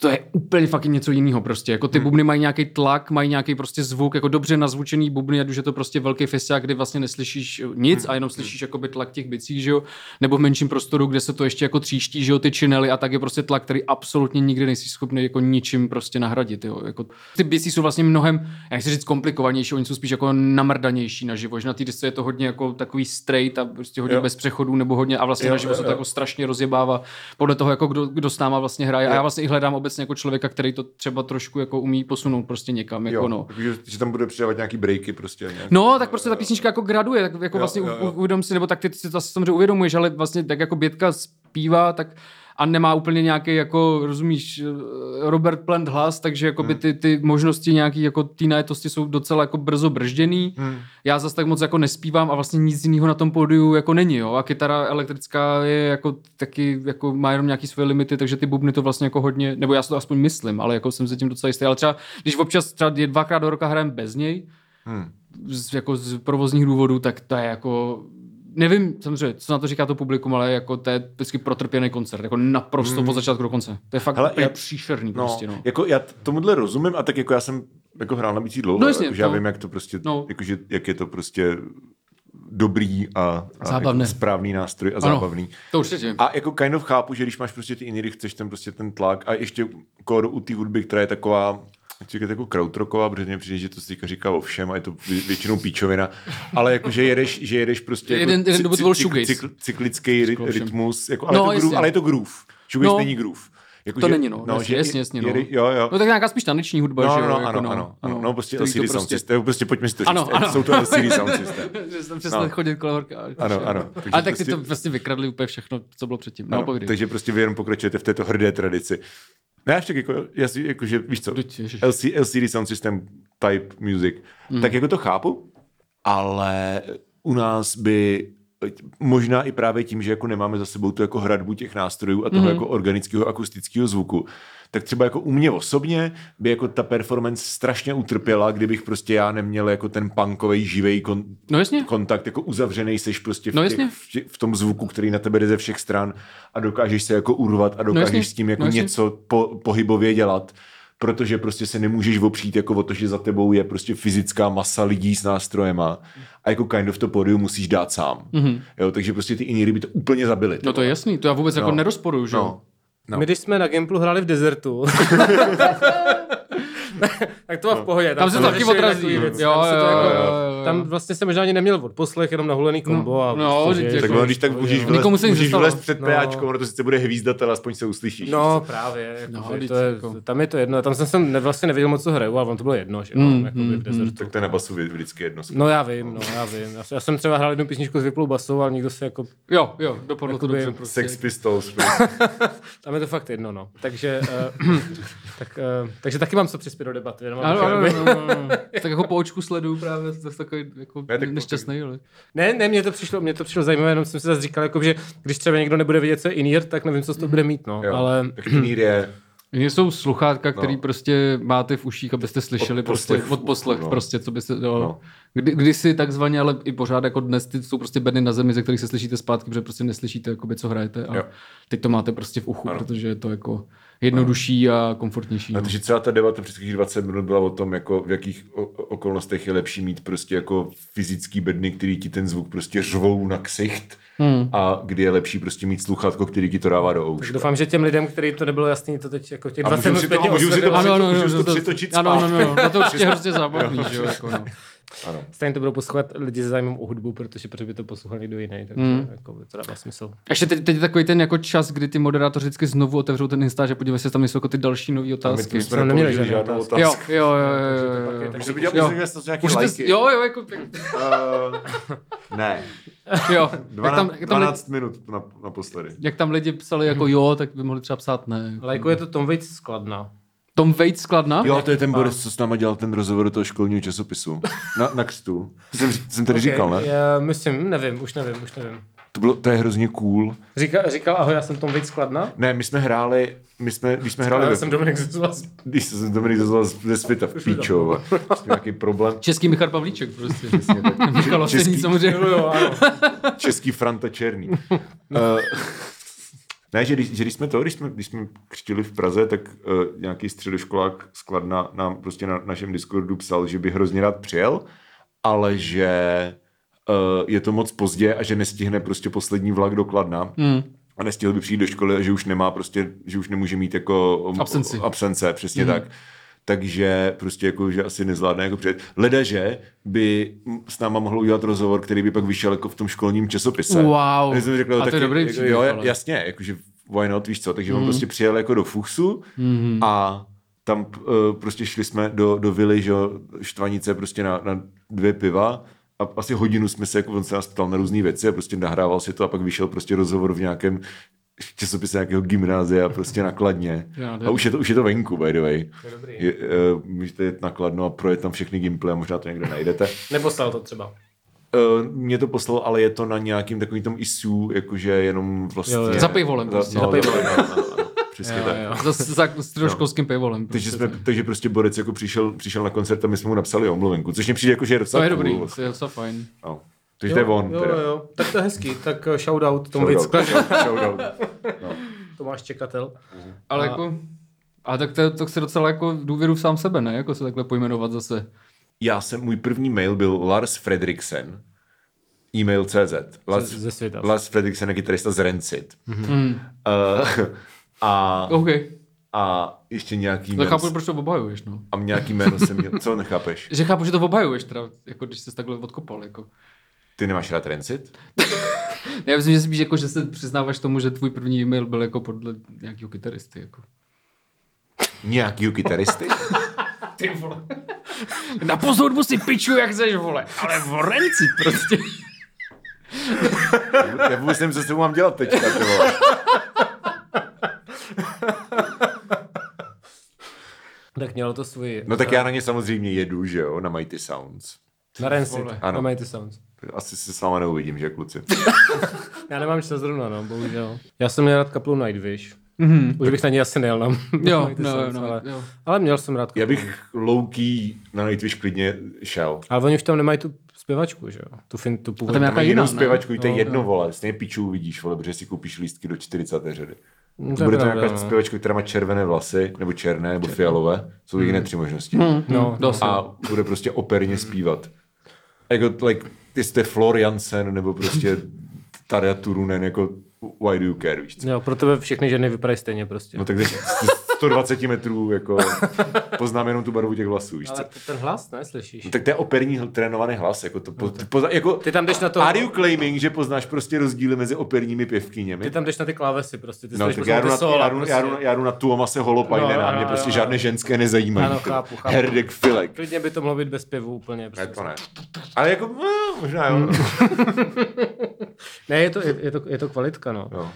[SPEAKER 3] to je úplně fucking něco jiného prostě. Jako ty hmm. bubny mají nějaký tlak, mají nějaký prostě zvuk, jako dobře nazvučený bubny, ať už je to prostě velký festiák, kdy vlastně neslyšíš nic a
[SPEAKER 2] Hmm.
[SPEAKER 3] jenom slyšíš jakoby tlak těch bicí, že jo, nebo v menším prostoru, kde se to ještě jako tříští, že jo, ty činely a tak je prostě tlak, který absolutně nikdy nejsi schopný jako ničím prostě nahradit, jo. Jako ty bicí jsou vlastně mnohem, já nechci říct komplikovanější, oni jsou spíš jako namrdanější na živo, že na té desce je to hodně jako takový straight a prostě hodně jo.
[SPEAKER 2] Jo.
[SPEAKER 3] bez přechodů nebo hodně a vlastně
[SPEAKER 2] Jo,
[SPEAKER 3] na živo
[SPEAKER 2] jo,
[SPEAKER 3] se to
[SPEAKER 2] jo.
[SPEAKER 3] jako strašně rozjebává podle toho, jako kdo, kdo s náma vlastně hraje. A já vlastně i hledám obecně jako člověka, který to třeba trošku jako umí posunout prostě někam. Jako no.
[SPEAKER 2] Takže, že tam bude přidávat nějaký breaky prostě. a Nějaký...
[SPEAKER 3] No, tak prostě ta písnička jako graduje, tak jako
[SPEAKER 2] Jo,
[SPEAKER 3] vlastně
[SPEAKER 2] jo,
[SPEAKER 3] u-
[SPEAKER 2] jo.
[SPEAKER 3] u- uvědom si, nebo tak ty si to asi samozřejmě uvědomuješ, ale vlastně tak jako Bětka zpívá, tak a nemá úplně nějaký, jako rozumíš, eh, Robert Plant hlas, takže jako
[SPEAKER 2] Hmm.
[SPEAKER 3] by ty, ty možnosti nějaký jako té najetosti jsou docela jako brzo bržděný. Hmm. Já zase tak moc jako nespívám a vlastně nic jiného na tom pódiu jako není, jo. A kytara elektrická je jako taky, jako má jenom nějaký svoje limity, takže ty bubny to vlastně jako hodně, nebo já si to aspoň myslím, ale jako jsem se tím docela jistý. Ale třeba, když občas třeba je- dvakrát do roka hrajem bez něj,
[SPEAKER 2] Hmm.
[SPEAKER 3] z, jako z provozních důvodů, tak to je jako nevím samozřejmě, co na to říká to publikum, ale jako to je vždycky protrpěný koncert, jako naprosto mm. od začátku do konce. To je fakt
[SPEAKER 2] Hmm. Hele,
[SPEAKER 3] Hele, úplně
[SPEAKER 2] já-
[SPEAKER 3] příšerný no,
[SPEAKER 2] No,
[SPEAKER 3] prostě, no.
[SPEAKER 2] Jako já t- tomuhle rozumím a tak jako já jsem jako hrál na bicí dlouho,
[SPEAKER 3] No jasně,
[SPEAKER 2] že já
[SPEAKER 3] no.
[SPEAKER 2] vím, jak to prostě,
[SPEAKER 3] No.
[SPEAKER 2] no. jakože, jak je to prostě dobrý a, a
[SPEAKER 3] Zábavné.
[SPEAKER 2] Jako správný nástroj a
[SPEAKER 3] Ano.
[SPEAKER 2] zábavný.
[SPEAKER 3] To určitě.
[SPEAKER 2] A jako kind of chápu, že když máš prostě ty iníry, chceš ten prostě ten tlak a ještě kor u té hudby, která je taková nechci říkat jako krautroková, protože mě přijde, že to se teďka říká o všem a je to vě- většinou píčovina, ale jako, že jedeš, že jedeš prostě jako
[SPEAKER 3] Jeden- jeden
[SPEAKER 2] cy-
[SPEAKER 3] dobu to
[SPEAKER 2] cy-
[SPEAKER 3] byl
[SPEAKER 2] cykl-
[SPEAKER 3] shoegaze.
[SPEAKER 2] cykl- cyklický ry-
[SPEAKER 3] všem.
[SPEAKER 2] rytmus, jako, ale,
[SPEAKER 3] No,
[SPEAKER 2] no, to groove,
[SPEAKER 3] jasně.
[SPEAKER 2] ale je to groove. Shoegaze
[SPEAKER 3] No.
[SPEAKER 2] no, není groove. Jako,
[SPEAKER 3] To
[SPEAKER 2] že-
[SPEAKER 3] není, no. no jasně,
[SPEAKER 2] že
[SPEAKER 3] jasně, jasně, no.
[SPEAKER 2] jede- jo, jo.
[SPEAKER 3] No tak nějaká spíš taneční hudba,
[SPEAKER 2] No,
[SPEAKER 3] že
[SPEAKER 2] no,
[SPEAKER 3] jo?
[SPEAKER 2] no,
[SPEAKER 3] jako
[SPEAKER 2] ano, ano, ano. No, prostě
[SPEAKER 3] který to
[SPEAKER 2] LCD sound system. Prostě pojďme si to říct.
[SPEAKER 3] Ano, ano.
[SPEAKER 2] Jsou to LCD sound system.
[SPEAKER 3] Že jsem přesně
[SPEAKER 2] No.
[SPEAKER 3] chodit kolem horka.
[SPEAKER 2] Ano, ano. Takže
[SPEAKER 3] Ale tak si
[SPEAKER 2] prostě-
[SPEAKER 3] to vlastně vykradli úplně všechno, co bylo předtím. No,
[SPEAKER 2] Ano,
[SPEAKER 3] povídej.
[SPEAKER 2] takže prostě vy jenom pokračujete v této hrdé tradici. Ne, ještě jako, já si, jako, že víš co,
[SPEAKER 3] Vždyť, ježiš.
[SPEAKER 2] LC, LCD sound system type music, mm. tak jako to chápu, ale u nás by možná i právě tím, že jako nemáme za sebou tu jako hradbu těch nástrojů a toho mm. jako organického akustického zvuku, tak třeba jako u mě osobně by jako ta performance strašně utrpěla, kdybych prostě já neměl jako ten punkový živej kon-
[SPEAKER 3] No jasně.
[SPEAKER 2] kontakt, jako uzavřený seš prostě v,
[SPEAKER 3] No
[SPEAKER 2] no,
[SPEAKER 3] jasně.
[SPEAKER 2] těch, v, tě- v tom zvuku, který na tebe jde ze všech stran a dokážeš se jako urvat a dokážeš
[SPEAKER 3] jasně,
[SPEAKER 2] s tím jako
[SPEAKER 3] no
[SPEAKER 2] no,
[SPEAKER 3] jasně.
[SPEAKER 2] něco po, pohybově dělat, protože prostě se nemůžeš opřít jako o to, že za tebou je prostě fyzická masa lidí s nástrojema a jako kind of to pódium musíš dát sám. Mm-hmm. Jo, takže prostě ty iníry by to úplně zabili.
[SPEAKER 3] Mhm. No to je jasný, to já vůbec jako
[SPEAKER 2] No.
[SPEAKER 3] nerozporuju, že jo?
[SPEAKER 2] No.
[SPEAKER 1] No. My když jsme na Gimplu hráli v desertu, tak to má v pohodě.
[SPEAKER 3] Tam se to taky
[SPEAKER 1] řešili
[SPEAKER 3] odrazí.
[SPEAKER 2] No.
[SPEAKER 1] takový
[SPEAKER 3] Jo,
[SPEAKER 1] věci,
[SPEAKER 3] jo,
[SPEAKER 1] tam se to
[SPEAKER 3] jo,
[SPEAKER 1] jako-
[SPEAKER 3] jo, jo. jo.
[SPEAKER 1] Tam vlastně jsem možná ani neměl odposlech, jenom nahulený kombo.
[SPEAKER 3] No,
[SPEAKER 1] a
[SPEAKER 3] no,
[SPEAKER 1] prostě,
[SPEAKER 3] vždyť
[SPEAKER 1] že-
[SPEAKER 2] Tak
[SPEAKER 3] jako-
[SPEAKER 2] ono, když tak můžeš vylez,
[SPEAKER 3] Nikomu se nic
[SPEAKER 2] můžeš
[SPEAKER 3] nestalo.
[SPEAKER 2] vylez před
[SPEAKER 1] No.
[SPEAKER 2] PAčko, ono to sice bude hvízdat, ale aspoň se uslyšíš.
[SPEAKER 1] No, právě. Jako,
[SPEAKER 3] No,
[SPEAKER 1] no,
[SPEAKER 3] vždyť
[SPEAKER 1] to je,
[SPEAKER 3] jako-
[SPEAKER 1] tam je to jedno. Tam jsem, jsem ne- vlastně nevěděl moc, co hraju, ale on to bylo jedno, že jo,
[SPEAKER 3] Mm,
[SPEAKER 1] jakoby
[SPEAKER 3] mm,
[SPEAKER 1] v desertu.
[SPEAKER 2] Tak to je na basu vždy- vždycky jedno.
[SPEAKER 1] No já vím, no já vím. Já, já jsem třeba hrál jednu písničku s vyplou basou, ale nikdo se jako...
[SPEAKER 3] Jo, jo, dopadlo to
[SPEAKER 1] Jakoby-
[SPEAKER 3] dobře prostě.
[SPEAKER 2] Sex Pistols. prostě,
[SPEAKER 1] Tam je to fakt jedno, no. Takže, uh, tak, uh, takže taky mám co přispět do debaty. Jenom
[SPEAKER 3] Ano, ano,
[SPEAKER 1] aby-
[SPEAKER 3] ano, ano, ano. Tak jako po očku sleduju právě, to je takový jako
[SPEAKER 2] Ne, tak-
[SPEAKER 3] nešťastný, ale.
[SPEAKER 1] Ne, ne, mně to přišlo, mě to přišlo zajímavé, jenom jsem si zase říkal, jako, že když třeba někdo nebude vědět, co je in tak nevím, co z toho bude mít, no.
[SPEAKER 2] Jo.
[SPEAKER 1] Ale
[SPEAKER 2] Tak Inir je
[SPEAKER 3] Jině jsou sluchátka, který no. prostě máte v uších, abyste slyšeli od prostě
[SPEAKER 2] poslech v
[SPEAKER 3] od poslech,
[SPEAKER 2] uchu, no.
[SPEAKER 3] no. prostě, co by se dalo.
[SPEAKER 2] No.
[SPEAKER 3] No. Kdy, kdysi takzvaně, ale i pořád jako dnes, ty jsou prostě bedny na zemi, ze kterých se slyšíte zpátky, protože prostě neslyšíte, jakoby, co hrajete. A
[SPEAKER 2] Jo.
[SPEAKER 3] teď to máte prostě v uchu, ano. protože je to jako jednodušší a komfortnější. no.
[SPEAKER 2] A takže třeba ta debata přes těch 20 minut byla o tom, jako v jakých o- o- okolnostech je lepší mít prostě jako fyzický bedny, který ti ten zvuk prostě řvou na ksicht hmm. a kdy je lepší prostě mít sluchátko, který ti to dává do
[SPEAKER 1] tak
[SPEAKER 2] ouška.
[SPEAKER 1] doufám, že těm lidem, kterým to nebylo jasný, to teď jako těch
[SPEAKER 2] A
[SPEAKER 1] 20
[SPEAKER 2] můžu
[SPEAKER 1] minut
[SPEAKER 2] si to-
[SPEAKER 1] zpětně
[SPEAKER 2] můžu si to-
[SPEAKER 1] osvětlilo.
[SPEAKER 2] Ano,
[SPEAKER 3] ano, ano,
[SPEAKER 2] můžeš
[SPEAKER 3] jo,
[SPEAKER 2] to
[SPEAKER 3] to-
[SPEAKER 2] přetočit
[SPEAKER 3] ano,
[SPEAKER 2] zpátky.
[SPEAKER 3] ano, ano, na to určitě hrozně zábavný, že jo, jako no.
[SPEAKER 2] Ano.
[SPEAKER 1] Stejně to budou poslouchat lidi se zájmem o hudbu, protože protože by to poslouchal někdo jiný, takže mm. jako by to dává smysl.
[SPEAKER 3] Ještě teď, teď je takový ten jako čas, kdy ty moderátoři vždycky znovu otevřou ten Insta, že podívej se, jestli tam nejsou jako ty další nové
[SPEAKER 2] My
[SPEAKER 3] otázky.
[SPEAKER 2] tu jsme
[SPEAKER 1] Jsem neměl
[SPEAKER 2] nepoložili
[SPEAKER 1] žádnou
[SPEAKER 2] žádnou
[SPEAKER 1] otázku.
[SPEAKER 2] otázku.
[SPEAKER 3] Jo, jo, jo, jo,
[SPEAKER 1] to pak
[SPEAKER 3] jo,
[SPEAKER 1] je
[SPEAKER 3] jo.
[SPEAKER 1] tak-
[SPEAKER 2] Můžu vidět,
[SPEAKER 3] Jo.
[SPEAKER 2] že jsem nějaký
[SPEAKER 3] Můžete,
[SPEAKER 2] lajky.
[SPEAKER 3] jo, jo, jako, tak,
[SPEAKER 2] Eh, ne,
[SPEAKER 3] jo. jak,
[SPEAKER 2] 12,
[SPEAKER 3] tam, jak, tam, lidi,
[SPEAKER 2] 12 minut na, naposledy.
[SPEAKER 3] jak tam lidi psali jako jo, tak by mohli třeba psát ne.
[SPEAKER 1] Lajkuje to Tom Waits skladna.
[SPEAKER 3] Tom Waits skladna?
[SPEAKER 2] Jo, to je ten Boris, co s náma dělal ten rozhovor do toho školního časopisu. Na, na křtu. To Jsem, jsem tady okay, říkal, ne?
[SPEAKER 1] Já, myslím, nevím, už nevím, už nevím.
[SPEAKER 2] To, bylo, to je hrozně cool.
[SPEAKER 1] Říkal, říkal ahoj, já jsem Tom Waits skladna.
[SPEAKER 2] Ne, my jsme hráli, my jsme, když jsme hráli
[SPEAKER 1] Já
[SPEAKER 2] ve
[SPEAKER 1] jsem Dominik Zuzula.
[SPEAKER 2] Když se jsem Dominik zazval ze světa v píčo, nějaký problém.
[SPEAKER 3] Český Michal Pavlíček prostě.
[SPEAKER 2] Přesně tak.
[SPEAKER 3] Michal Osený
[SPEAKER 2] Český,
[SPEAKER 1] Jo,
[SPEAKER 3] samozřejmě.
[SPEAKER 1] jo, ano.
[SPEAKER 2] český Franta Černý. Eh, ne, že když, že když jsme to, když jsme, když jsme křtili v Praze, tak uh, nějaký středoškolák skladna nám prostě na našem Discordu psal, že by hrozně rád přijel, ale že uh, je to moc pozdě a že nestihne prostě poslední vlak do Kladna. Mm. A nestihl by přijít do školy a že už nemá prostě, že už nemůže mít jako
[SPEAKER 3] Absenci.
[SPEAKER 2] absence, přesně mm. tak. Takže prostě jako, že asi nezvládne jako přijet. Ledaže by s náma mohl udělat rozhovor, který by pak vyšel jako v tom školním časopise.
[SPEAKER 3] Wow.
[SPEAKER 2] A já jsem řekl,
[SPEAKER 3] A to je
[SPEAKER 2] taky,
[SPEAKER 3] dobrý
[SPEAKER 2] jako,
[SPEAKER 3] příběh, Mhm.
[SPEAKER 2] jo,
[SPEAKER 3] ale.
[SPEAKER 2] jasně, jakože why not, víš co, takže mm. on prostě přijel jako do Fuchsu mm.
[SPEAKER 3] Mhm.
[SPEAKER 2] a tam uh, prostě šli jsme do, do vily, že jo, štvanice prostě na, na dvě piva a asi hodinu jsme se, jako on se nás ptal na různé věci a prostě nahrával si to a pak vyšel prostě rozhovor v nějakém časopise nějakého gymnázia prostě nakladně.
[SPEAKER 3] Já, to je-
[SPEAKER 2] a už je, to, už je to venku, by the way.
[SPEAKER 1] To je dobrý.
[SPEAKER 2] Je, uh, můžete jít nakladno a projet tam všechny gimply a možná to někde najdete.
[SPEAKER 1] Neposlal to třeba.
[SPEAKER 2] Uh, mě to poslal, ale je to na nějakým takovým tom ISU, jakože jenom vlastně...
[SPEAKER 1] Jo, jo.
[SPEAKER 3] Za pivolem prostě.
[SPEAKER 2] no,
[SPEAKER 3] Za
[SPEAKER 1] pivolem.
[SPEAKER 2] no, no, no, no, Přesně
[SPEAKER 1] Jo,
[SPEAKER 2] tak.
[SPEAKER 1] jo.
[SPEAKER 3] Za, za středoškolským pivolem.
[SPEAKER 2] Takže,
[SPEAKER 3] Prostě.
[SPEAKER 2] jsme, takže prostě Borec jako přišel, přišel na koncert a my jsme mu napsali omluvenku, což mě přijde jako, že je
[SPEAKER 3] To
[SPEAKER 2] docela
[SPEAKER 3] je dobrý,
[SPEAKER 2] cool.
[SPEAKER 3] to je docela fajn.
[SPEAKER 2] No. Takže to je on.
[SPEAKER 1] Jo,
[SPEAKER 2] teda.
[SPEAKER 1] jo, jo. Tak to je hezký. Tak eh, shoutout Tom Waits
[SPEAKER 2] Shoutout,
[SPEAKER 1] skladna.
[SPEAKER 2] shoutout.
[SPEAKER 1] Tomáš Čekatel.
[SPEAKER 3] Ale jako... A tak to, je- to chce docela jako důvěru v sám sebe, ne? Jako se takhle pojmenovat zase.
[SPEAKER 2] Já jsem, můj první mail byl Lars Fredriksen, e-mail.cz. Lars,
[SPEAKER 1] Ze- ze světa. Mhm.
[SPEAKER 2] Lars Fredriksen je kytarista z Rancid.
[SPEAKER 3] Mm.
[SPEAKER 2] Uh, a,
[SPEAKER 3] OK,
[SPEAKER 2] a ještě nějaký
[SPEAKER 3] tak
[SPEAKER 2] jméno,
[SPEAKER 3] chápu, proč to obhajuješ, no.
[SPEAKER 2] a nějaký jméno jsem měl, co nechápeš?
[SPEAKER 3] Že chápu, že to obhajuješ, teda, jako když jsi takhle odkopal, jako.
[SPEAKER 2] Ty nemáš rád Rancid?
[SPEAKER 3] Já myslím, že spíš jako, že se přiznáváš tomu, že tvůj první e-mail byl jako podle nějakého kytaristy, jako.
[SPEAKER 2] Nějakýho kytaristy?
[SPEAKER 3] Ty vole. Na pozourbu si piču, jak chceš, vole. Ale v renci prostě.
[SPEAKER 2] Já vůbec nevím, co s tím mám dělat teďka, ty vole.
[SPEAKER 1] Tak mělo to svůj...
[SPEAKER 2] No tak já na ně samozřejmě jedu, že jo, na Mighty Sounds.
[SPEAKER 1] Na Rancid.
[SPEAKER 2] Ano.
[SPEAKER 1] Na Mighty Sounds.
[SPEAKER 2] Asi se s váma neuvidím, že kluci.
[SPEAKER 1] Já nemám čas zrovna, no, bohužel. Já jsem měl rád kapelu Nightwish. Mm-hmm. Už bych na ní asi nejel. Nám,
[SPEAKER 3] Mhm. Jo,
[SPEAKER 1] Mighty
[SPEAKER 3] no,
[SPEAKER 1] Sounds,
[SPEAKER 3] no,
[SPEAKER 1] ale,
[SPEAKER 3] jo.
[SPEAKER 1] ale měl jsem rád
[SPEAKER 2] Já
[SPEAKER 1] kapelu.
[SPEAKER 2] bych louký na Nightwish klidně šel.
[SPEAKER 1] Ale oni už tam nemají tu zpěvačku, že jo? Tu, fin, tu
[SPEAKER 3] tam
[SPEAKER 1] původní.
[SPEAKER 3] je-
[SPEAKER 2] Tam
[SPEAKER 3] Jaká
[SPEAKER 2] je
[SPEAKER 3] jiná,
[SPEAKER 2] jinou
[SPEAKER 3] ne?
[SPEAKER 2] zpěvačku, to je
[SPEAKER 1] No,
[SPEAKER 2] jedno, vole, stejně pičů uvidíš, vole, protože si koupíš lístky do 40. řady.
[SPEAKER 1] No, to
[SPEAKER 2] To
[SPEAKER 1] je
[SPEAKER 2] bude to
[SPEAKER 1] pravda,
[SPEAKER 2] nějaká
[SPEAKER 1] no.
[SPEAKER 2] zpěvačka, která má červené vlasy, nebo černé, nebo fialové. Jsou jiné tři možnosti.
[SPEAKER 1] Hmm. No, no.
[SPEAKER 3] Dost.
[SPEAKER 2] A bude prostě operně zpívat. Jako, like, ty jste Flor Jansen, nebo prostě Tarja Turunen, jako why do you care, víš co?
[SPEAKER 1] Jo, pro tebe všechny ženy vypadají stejně prostě.
[SPEAKER 2] No tak teď 120 metrů jako poznám jenom tu barvu těch vlasů, víš co?
[SPEAKER 1] Ale t- ten hlas, ne, slyšíš?
[SPEAKER 2] No, tak to je operní hl- trénovaný hlas. Jako to, po, ty, pozna, jako,
[SPEAKER 1] No Ty tam jdeš na to-
[SPEAKER 2] Are you claiming, že poznáš prostě rozdíly mezi operními pěvkyněmi?
[SPEAKER 1] Ty tam jdeš na ty klávesy prostě, ty slyšíš
[SPEAKER 2] No, tak
[SPEAKER 1] prostě
[SPEAKER 2] já jdu, na,
[SPEAKER 1] ty sola,
[SPEAKER 2] já, jdu,
[SPEAKER 1] prostě.
[SPEAKER 2] já, jdu, já jdu na Tuomase Holopajnena,
[SPEAKER 1] No,
[SPEAKER 2] no,
[SPEAKER 1] ano,
[SPEAKER 2] mě prostě
[SPEAKER 1] ano,
[SPEAKER 2] žádné
[SPEAKER 1] ano.
[SPEAKER 2] ženské nezajímají.
[SPEAKER 1] Ano, chápu, chápu.
[SPEAKER 2] Herdek Filek.
[SPEAKER 1] Klidně by to mohlo být bez pěvu úplně. Prostě.
[SPEAKER 2] Ne, to ne. Ale jako, no, možná jo.
[SPEAKER 1] Hmm. Ne, je to, je, je to, je to kvalitka, no.
[SPEAKER 2] Jo.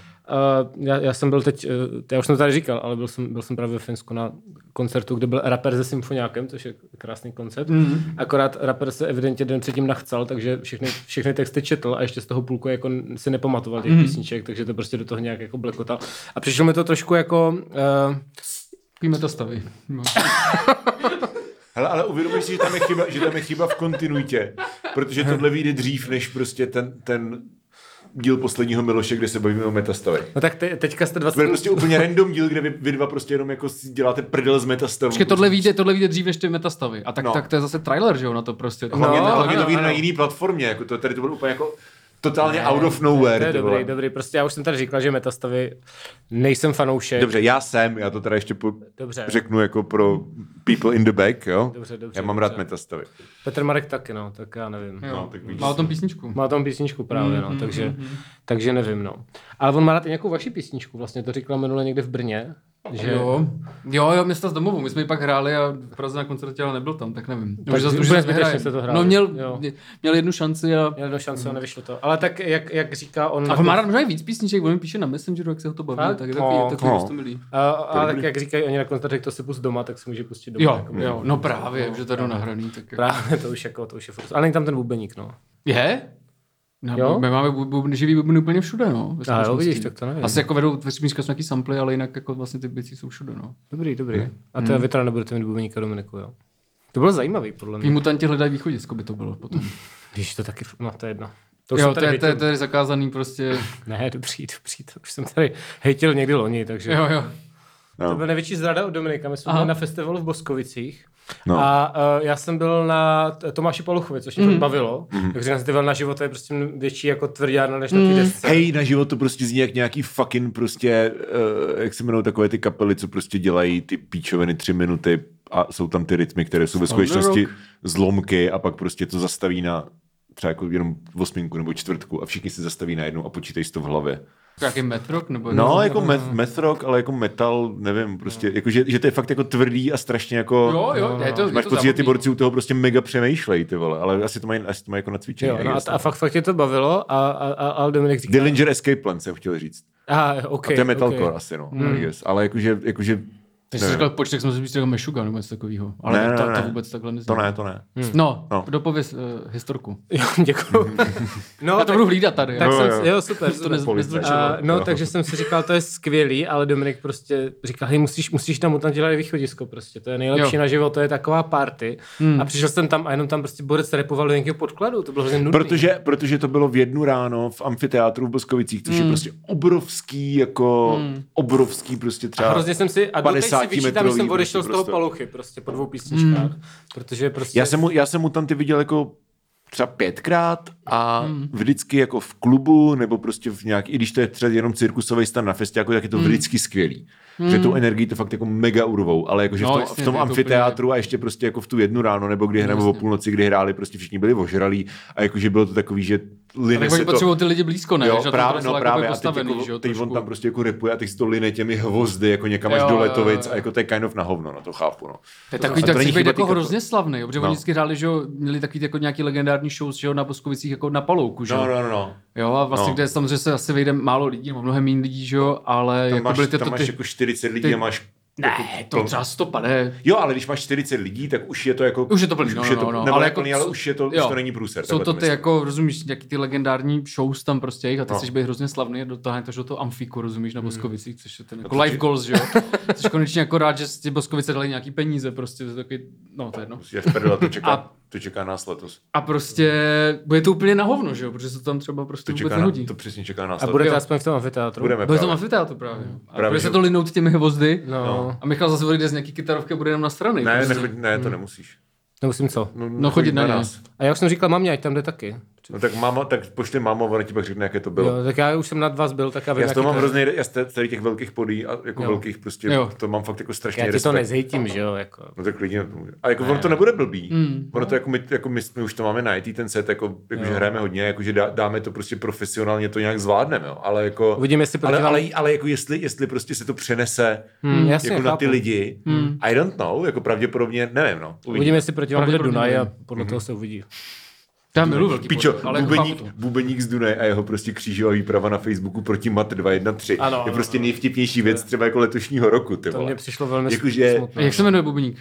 [SPEAKER 1] Uh, já, já, jsem byl teď, uh, já už jsem to tady říkal, ale byl jsem, byl jsem právě ve Finsku na koncertu, kde byl rapper se symfoniákem, což je krásný koncept. Mm.
[SPEAKER 2] Mhm.
[SPEAKER 1] Akorát rapper se evidentně den předtím nachcal, takže všechny, všechny texty četl a ještě z toho půlku jako n- si nepamatoval
[SPEAKER 2] Mhm.
[SPEAKER 1] těch mm. písniček, takže to prostě do toho nějak jako blekotal. A přišlo mi to trošku jako... Uh,
[SPEAKER 3] Takový to stavy. No.
[SPEAKER 2] Hele, ale uvědomíš si, že tam, je chyba, že tam je chyba v kontinuitě,
[SPEAKER 1] Hm.
[SPEAKER 2] protože tohle vyjde dřív, než prostě ten, ten díl posledního Miloše, kde se bavíme o metastavech.
[SPEAKER 1] no tak te, teďka jste
[SPEAKER 2] To
[SPEAKER 1] 20...
[SPEAKER 2] bude prostě úplně random díl, kde vy, vy dva prostě jenom jako si děláte prdel z metastavů.
[SPEAKER 3] Počkej, tohle vyjde, tohle vyjde dřív než ty metastavy. A tak,
[SPEAKER 2] No.
[SPEAKER 3] no. tak to je zase trailer, že jo, na to prostě.
[SPEAKER 2] Hlavně, no,
[SPEAKER 1] No,
[SPEAKER 2] hlavně to
[SPEAKER 1] ano,
[SPEAKER 2] vyjde na
[SPEAKER 1] ano.
[SPEAKER 2] jiný platformě, jako to, tady to bylo úplně jako totálně out of nowhere.
[SPEAKER 1] To je
[SPEAKER 2] ty vole.
[SPEAKER 1] dobrý, dobrý. Prostě já už jsem tady říkal, že metastavy nejsem fanoušek.
[SPEAKER 2] Dobře, já jsem, já to teda ještě po,
[SPEAKER 1] Dobře.
[SPEAKER 2] řeknu jako pro people in the back, jo?
[SPEAKER 1] Dobře, dobře,
[SPEAKER 2] Já mám
[SPEAKER 1] dobře.
[SPEAKER 2] rád metastavy.
[SPEAKER 1] Petr Marek taky, no, tak já nevím.
[SPEAKER 3] Jo.
[SPEAKER 2] No, tak vidíš.
[SPEAKER 3] Má o tom písničku.
[SPEAKER 1] Má tam písničku právě,
[SPEAKER 3] Mhm,
[SPEAKER 1] no, takže, takže nevím, no. Ale on má rád i nějakou vaši písničku, vlastně to říkala minule někde v Brně, že...
[SPEAKER 3] Jo. jo, jo, města z domovu. My jsme ji pak hráli a v Praze na koncertě, ale nebyl tam, tak nevím.
[SPEAKER 1] Tak úplně zbytečně jste to hráli.
[SPEAKER 3] No, měl,
[SPEAKER 1] Jo.
[SPEAKER 3] měl jednu šanci a...
[SPEAKER 1] Měl jednu šanci a nevyšlo to. Ale tak, jak, jak říká on...
[SPEAKER 3] A on má rád možná i No, víc písniček, on mi píše na Messengeru, jak se ho to baví,
[SPEAKER 1] Fakt?
[SPEAKER 3] tak je
[SPEAKER 1] No,
[SPEAKER 3] takový, takový
[SPEAKER 2] no.
[SPEAKER 3] no. milý.
[SPEAKER 1] a, a tak, jak říkají oni na koncertech, to si pust doma, tak si může pustit doma.
[SPEAKER 3] Jo,
[SPEAKER 1] jako.
[SPEAKER 3] jo, no právě, že to jde nahraný. Tak...
[SPEAKER 1] Právě to už jako, to už je furt. Ale není tam ten bubeník, no.
[SPEAKER 3] Je? No,
[SPEAKER 1] Jo?
[SPEAKER 3] jo? My máme bu- bu- živý bubny úplně všude, no. ve
[SPEAKER 1] A jo,
[SPEAKER 3] skutečnosti.
[SPEAKER 1] vidíš, tak to nevím.
[SPEAKER 3] Asi jako vedou ve Střímíčka jsou nějaký samply, ale jinak jako vlastně ty věci jsou všude, no.
[SPEAKER 1] Dobrý, dobrý. A
[SPEAKER 3] Hmm.
[SPEAKER 1] to vy teda nebudete mít bubeníka Dominiku, jo. To bylo zajímavý, podle
[SPEAKER 3] Tví
[SPEAKER 1] mě.
[SPEAKER 3] mutanti hledají východisko, by to bylo potom.
[SPEAKER 1] Když to taky, no to je jedno. To
[SPEAKER 3] To
[SPEAKER 1] už
[SPEAKER 3] jo,
[SPEAKER 1] jsem
[SPEAKER 3] to je,
[SPEAKER 1] tady
[SPEAKER 3] to, je,
[SPEAKER 1] hejtil-
[SPEAKER 3] to je zakázaný prostě.
[SPEAKER 1] Ne, dobrý, dobrý, to už jsem tady hejtil někdy loni, takže...
[SPEAKER 3] Jo, jo.
[SPEAKER 1] To
[SPEAKER 2] No.
[SPEAKER 1] byl největší zrada od Dominika. My jsme
[SPEAKER 3] Aha.
[SPEAKER 1] byli na festivalu v Boskovicích.
[SPEAKER 2] No.
[SPEAKER 1] No. A uh, já jsem byl na T- Tomáši Paluchovi, což
[SPEAKER 3] Mhm.
[SPEAKER 1] mě mm. bavilo.
[SPEAKER 2] Mhm.
[SPEAKER 1] Mm. Takže jsem si ty na život je prostě větší jako tvrdárna než na
[SPEAKER 3] Mhm.
[SPEAKER 1] té desce.
[SPEAKER 2] Hej, na život to prostě zní jak nějaký fucking prostě, uh, jak se jmenou takové ty kapely, co prostě dělají ty píčoviny tři minuty a jsou tam ty rytmy, které jsou ve skutečnosti zlomky a pak prostě to zastaví na třeba jako jenom osminku nebo čtvrtku a všichni se zastaví najednou a počítají si to v hlavě.
[SPEAKER 3] Jaký metrok? Nebo
[SPEAKER 2] No, jako meth, meth rock, ale jako metal, nevím, prostě, jako, že, že to je fakt jako tvrdý a strašně jako...
[SPEAKER 3] Jo, jo, je to, je to
[SPEAKER 2] Máš pocit, že ty
[SPEAKER 3] zábavný.
[SPEAKER 2] borci u toho prostě mega přemýšlej, ty vole, ale asi to mají, asi to mají jako nacvičené.
[SPEAKER 1] Jo, no a, t- a, fakt, fakt tě to bavilo a, a, a, a Dominik říká,
[SPEAKER 2] Dillinger Escape Plan jsem chtěl říct.
[SPEAKER 1] aha, OK, Hmm.
[SPEAKER 2] A to je metalcore
[SPEAKER 1] okay.
[SPEAKER 2] asi, no. I guess. Ale jakože, jakože
[SPEAKER 3] Ty jsi říkal, počkej, jsme si myslel jako Mešuga nebo něco takového. Ale
[SPEAKER 2] Ne, ne,
[SPEAKER 3] to,
[SPEAKER 2] ne.
[SPEAKER 3] to, vůbec takhle nezní.
[SPEAKER 2] to ne, to ne.
[SPEAKER 1] Hmm.
[SPEAKER 3] No,
[SPEAKER 2] No.
[SPEAKER 3] no. dopověz uh, historku.
[SPEAKER 1] Jo, děkuju. No,
[SPEAKER 3] Já to
[SPEAKER 1] tak,
[SPEAKER 3] budu hlídat tady.
[SPEAKER 1] tak
[SPEAKER 3] jo.
[SPEAKER 1] jsem,
[SPEAKER 2] jo.
[SPEAKER 1] jo, super,
[SPEAKER 3] to
[SPEAKER 1] super.
[SPEAKER 3] nez,
[SPEAKER 2] policie.
[SPEAKER 3] nezvlčilo.
[SPEAKER 1] A, no,
[SPEAKER 2] Jo.
[SPEAKER 1] takže jsem si říkal, to je skvělý, ale Dominik prostě říkal, hej, musíš, musíš tam tam dělat východisko prostě, to je nejlepší
[SPEAKER 3] Jo.
[SPEAKER 1] na život, to je taková party. Hmm. A přišel jsem tam a jenom tam prostě borec repoval do nějakého podkladu, to bylo hrozně nudný.
[SPEAKER 2] Protože, protože to bylo v jednu ráno v amfiteátru v Boskovicích, což
[SPEAKER 1] Hmm.
[SPEAKER 2] je prostě obrovský, jako obrovský prostě
[SPEAKER 1] A
[SPEAKER 2] třeba
[SPEAKER 1] hrozně jsem si, a doteď si
[SPEAKER 2] 50
[SPEAKER 1] vyčítám, že jsem
[SPEAKER 2] metrový
[SPEAKER 1] odešel z
[SPEAKER 2] prostě
[SPEAKER 1] toho
[SPEAKER 2] prostor.
[SPEAKER 1] paluchy, prostě po dvou písničkách, protože prostě...
[SPEAKER 2] Já jsem, mu, já jsem mu tam ty viděl jako třeba pětkrát a hmm. vždycky jako v klubu nebo prostě v nějak, i když to je třeba jenom cirkusový stan na festě, jako, tak je to hmm. vždycky skvělý. Hmm. Že tu energii to fakt jako mega urvou, ale jakože
[SPEAKER 3] No,
[SPEAKER 2] v tom,
[SPEAKER 3] jasně,
[SPEAKER 2] v tom
[SPEAKER 3] je to
[SPEAKER 2] amfiteátru a ještě prostě jako v tu jednu ráno nebo kdy nebo o půlnoci, kdy hráli, prostě všichni byli ožralí a jakože bylo to takový, že
[SPEAKER 3] Tak
[SPEAKER 2] line
[SPEAKER 3] oni
[SPEAKER 2] se to...
[SPEAKER 3] potřebují ty lidi blízko, ne?
[SPEAKER 2] Jo,
[SPEAKER 3] že
[SPEAKER 2] právě, no, právě. A teď,
[SPEAKER 3] postavený,
[SPEAKER 2] jako,
[SPEAKER 3] že jo,
[SPEAKER 2] teď on
[SPEAKER 3] trošku.
[SPEAKER 2] tam prostě jako repuje a teď si to line těmi hvozdy jako někam až
[SPEAKER 3] Jo,
[SPEAKER 2] do
[SPEAKER 3] jo, jo,
[SPEAKER 2] Letovic
[SPEAKER 3] jo.
[SPEAKER 2] a jako to je kind of na hovno, no to chápu, no.
[SPEAKER 3] To je takový,
[SPEAKER 2] A
[SPEAKER 3] tak
[SPEAKER 2] to není
[SPEAKER 3] chci být
[SPEAKER 2] chyba
[SPEAKER 3] jako
[SPEAKER 2] té kapely.
[SPEAKER 3] slavný, slavný, jo, protože
[SPEAKER 2] No.
[SPEAKER 3] oni vždycky hráli, že jo, měli takový jako nějaký legendární show, že jo, na Boskovicích jako na Palouku, že jo.
[SPEAKER 2] No, no, no, no.
[SPEAKER 3] Jo, a vlastně,
[SPEAKER 2] No.
[SPEAKER 3] no. kde samozřejmě se asi vejde málo lidí, nebo mnohem méně lidí, že jo, ale
[SPEAKER 2] Tam
[SPEAKER 3] jako
[SPEAKER 2] máš,
[SPEAKER 3] byly ty,
[SPEAKER 2] tam
[SPEAKER 3] to,
[SPEAKER 2] máš
[SPEAKER 3] ty,
[SPEAKER 2] jako 40 lidí
[SPEAKER 3] ty-
[SPEAKER 2] a máš... jako
[SPEAKER 3] ne, to třeba 100 ne.
[SPEAKER 2] Jo, ale když máš 40 lidí, tak už je to jako...
[SPEAKER 3] Už je to plný, no,
[SPEAKER 2] už
[SPEAKER 3] no,
[SPEAKER 2] je to,
[SPEAKER 3] no, no.
[SPEAKER 2] Nebo ale, jako, plný, ale
[SPEAKER 3] jsou-
[SPEAKER 2] už, je to, už
[SPEAKER 3] jo.
[SPEAKER 2] to není průser.
[SPEAKER 3] Jsou
[SPEAKER 2] takhle
[SPEAKER 3] to ty
[SPEAKER 2] myslím.
[SPEAKER 3] jako, rozumíš, nějaký ty legendární shows tam prostě jejich a ty
[SPEAKER 2] No. Hmm.
[SPEAKER 3] chceš být hrozně slavný a dotáhneš to do toho amfiku, rozumíš, na Boskovicích, což je ten jako
[SPEAKER 2] to
[SPEAKER 3] live
[SPEAKER 2] ti-
[SPEAKER 3] goals, že jo. Jsi konečně jako rád, že ti Boskovice dali nějaký peníze, prostě to je takový, no to je jedno.
[SPEAKER 2] Prostě až prdela, to čeká,
[SPEAKER 3] A-
[SPEAKER 2] to čeká nás letos.
[SPEAKER 3] A prostě bude to úplně na hovno, že jo, protože se to tam třeba
[SPEAKER 2] To,
[SPEAKER 3] prostě vůbec
[SPEAKER 2] čeká na,
[SPEAKER 3] nehodí.
[SPEAKER 2] to přesně čeká nás
[SPEAKER 1] A
[SPEAKER 2] letos.
[SPEAKER 1] budete
[SPEAKER 3] Jo.
[SPEAKER 1] aspoň v tom amfiteátru?
[SPEAKER 2] Budeme
[SPEAKER 3] Bude to
[SPEAKER 2] právě. No,
[SPEAKER 3] amfiteátru právě. jo. A
[SPEAKER 2] Právě,
[SPEAKER 3] bude
[SPEAKER 2] že
[SPEAKER 3] se
[SPEAKER 2] jo.
[SPEAKER 3] to linout těmi hvozdy.
[SPEAKER 1] No.
[SPEAKER 2] No.
[SPEAKER 3] A Michal zase odejde z nějaký kytarovky a bude jenom na strany.
[SPEAKER 2] Ne,
[SPEAKER 3] prostě.
[SPEAKER 2] nechoď, ne, to nemusíš.
[SPEAKER 1] Nemusím co?
[SPEAKER 3] No chodit na ně.
[SPEAKER 1] A já už jsem říkal mamě, ať tam jde taky.
[SPEAKER 2] No tak máma, tak pošli mámo, ona ti pak řekne, jaké to bylo.
[SPEAKER 1] Jo, tak já už jsem na dva zbyl, tak já vím,
[SPEAKER 2] Já z toho
[SPEAKER 1] jaký
[SPEAKER 2] mám
[SPEAKER 1] je.
[SPEAKER 2] hrozný, já z té- tady těch velkých podí a jako
[SPEAKER 1] Jo.
[SPEAKER 2] jo. velkých prostě,
[SPEAKER 3] Jo.
[SPEAKER 2] jo. to mám fakt jako strašně
[SPEAKER 1] Já ti to
[SPEAKER 2] respekt.
[SPEAKER 1] nezhejtím, že jo, jako.
[SPEAKER 2] No tak lidi, a jako ono to nebude blbý. Mm. Ono to jako my, jako my, my, už to máme najetý ten set, jako, jako že hrajeme hodně, jako že dá, dáme to prostě profesionálně, to nějak zvládneme, jo. ale jako...
[SPEAKER 1] Uvidíme, jestli proti
[SPEAKER 2] ale,
[SPEAKER 1] vám-
[SPEAKER 2] ale, ale, jako jestli, jestli prostě se to přenese
[SPEAKER 1] Hmm, jasně,
[SPEAKER 2] jako na
[SPEAKER 1] chápu.
[SPEAKER 2] ty lidi, I don't know, jako pravděpodobně, nevím, no.
[SPEAKER 1] Uvidíme, jestli proti vám bude
[SPEAKER 3] Pravděpodobně.
[SPEAKER 1] Dunaj a podle toho se uvidí.
[SPEAKER 3] Tam miluji velký
[SPEAKER 2] Pičo,
[SPEAKER 3] podíl, ale jako chápu
[SPEAKER 2] bubeník,
[SPEAKER 3] to.
[SPEAKER 2] bubeník z Dunaje a jeho prostě křížová výprava na Facebooku proti MAT 213
[SPEAKER 1] Ano,
[SPEAKER 2] je
[SPEAKER 1] ano,
[SPEAKER 2] prostě nejvtipnější věc třeba jako letošního roku, ty
[SPEAKER 1] To
[SPEAKER 2] vole.
[SPEAKER 1] mně přišlo velmi
[SPEAKER 2] Jakože-
[SPEAKER 1] smutné.
[SPEAKER 3] Jak se jmenuje Bubeník?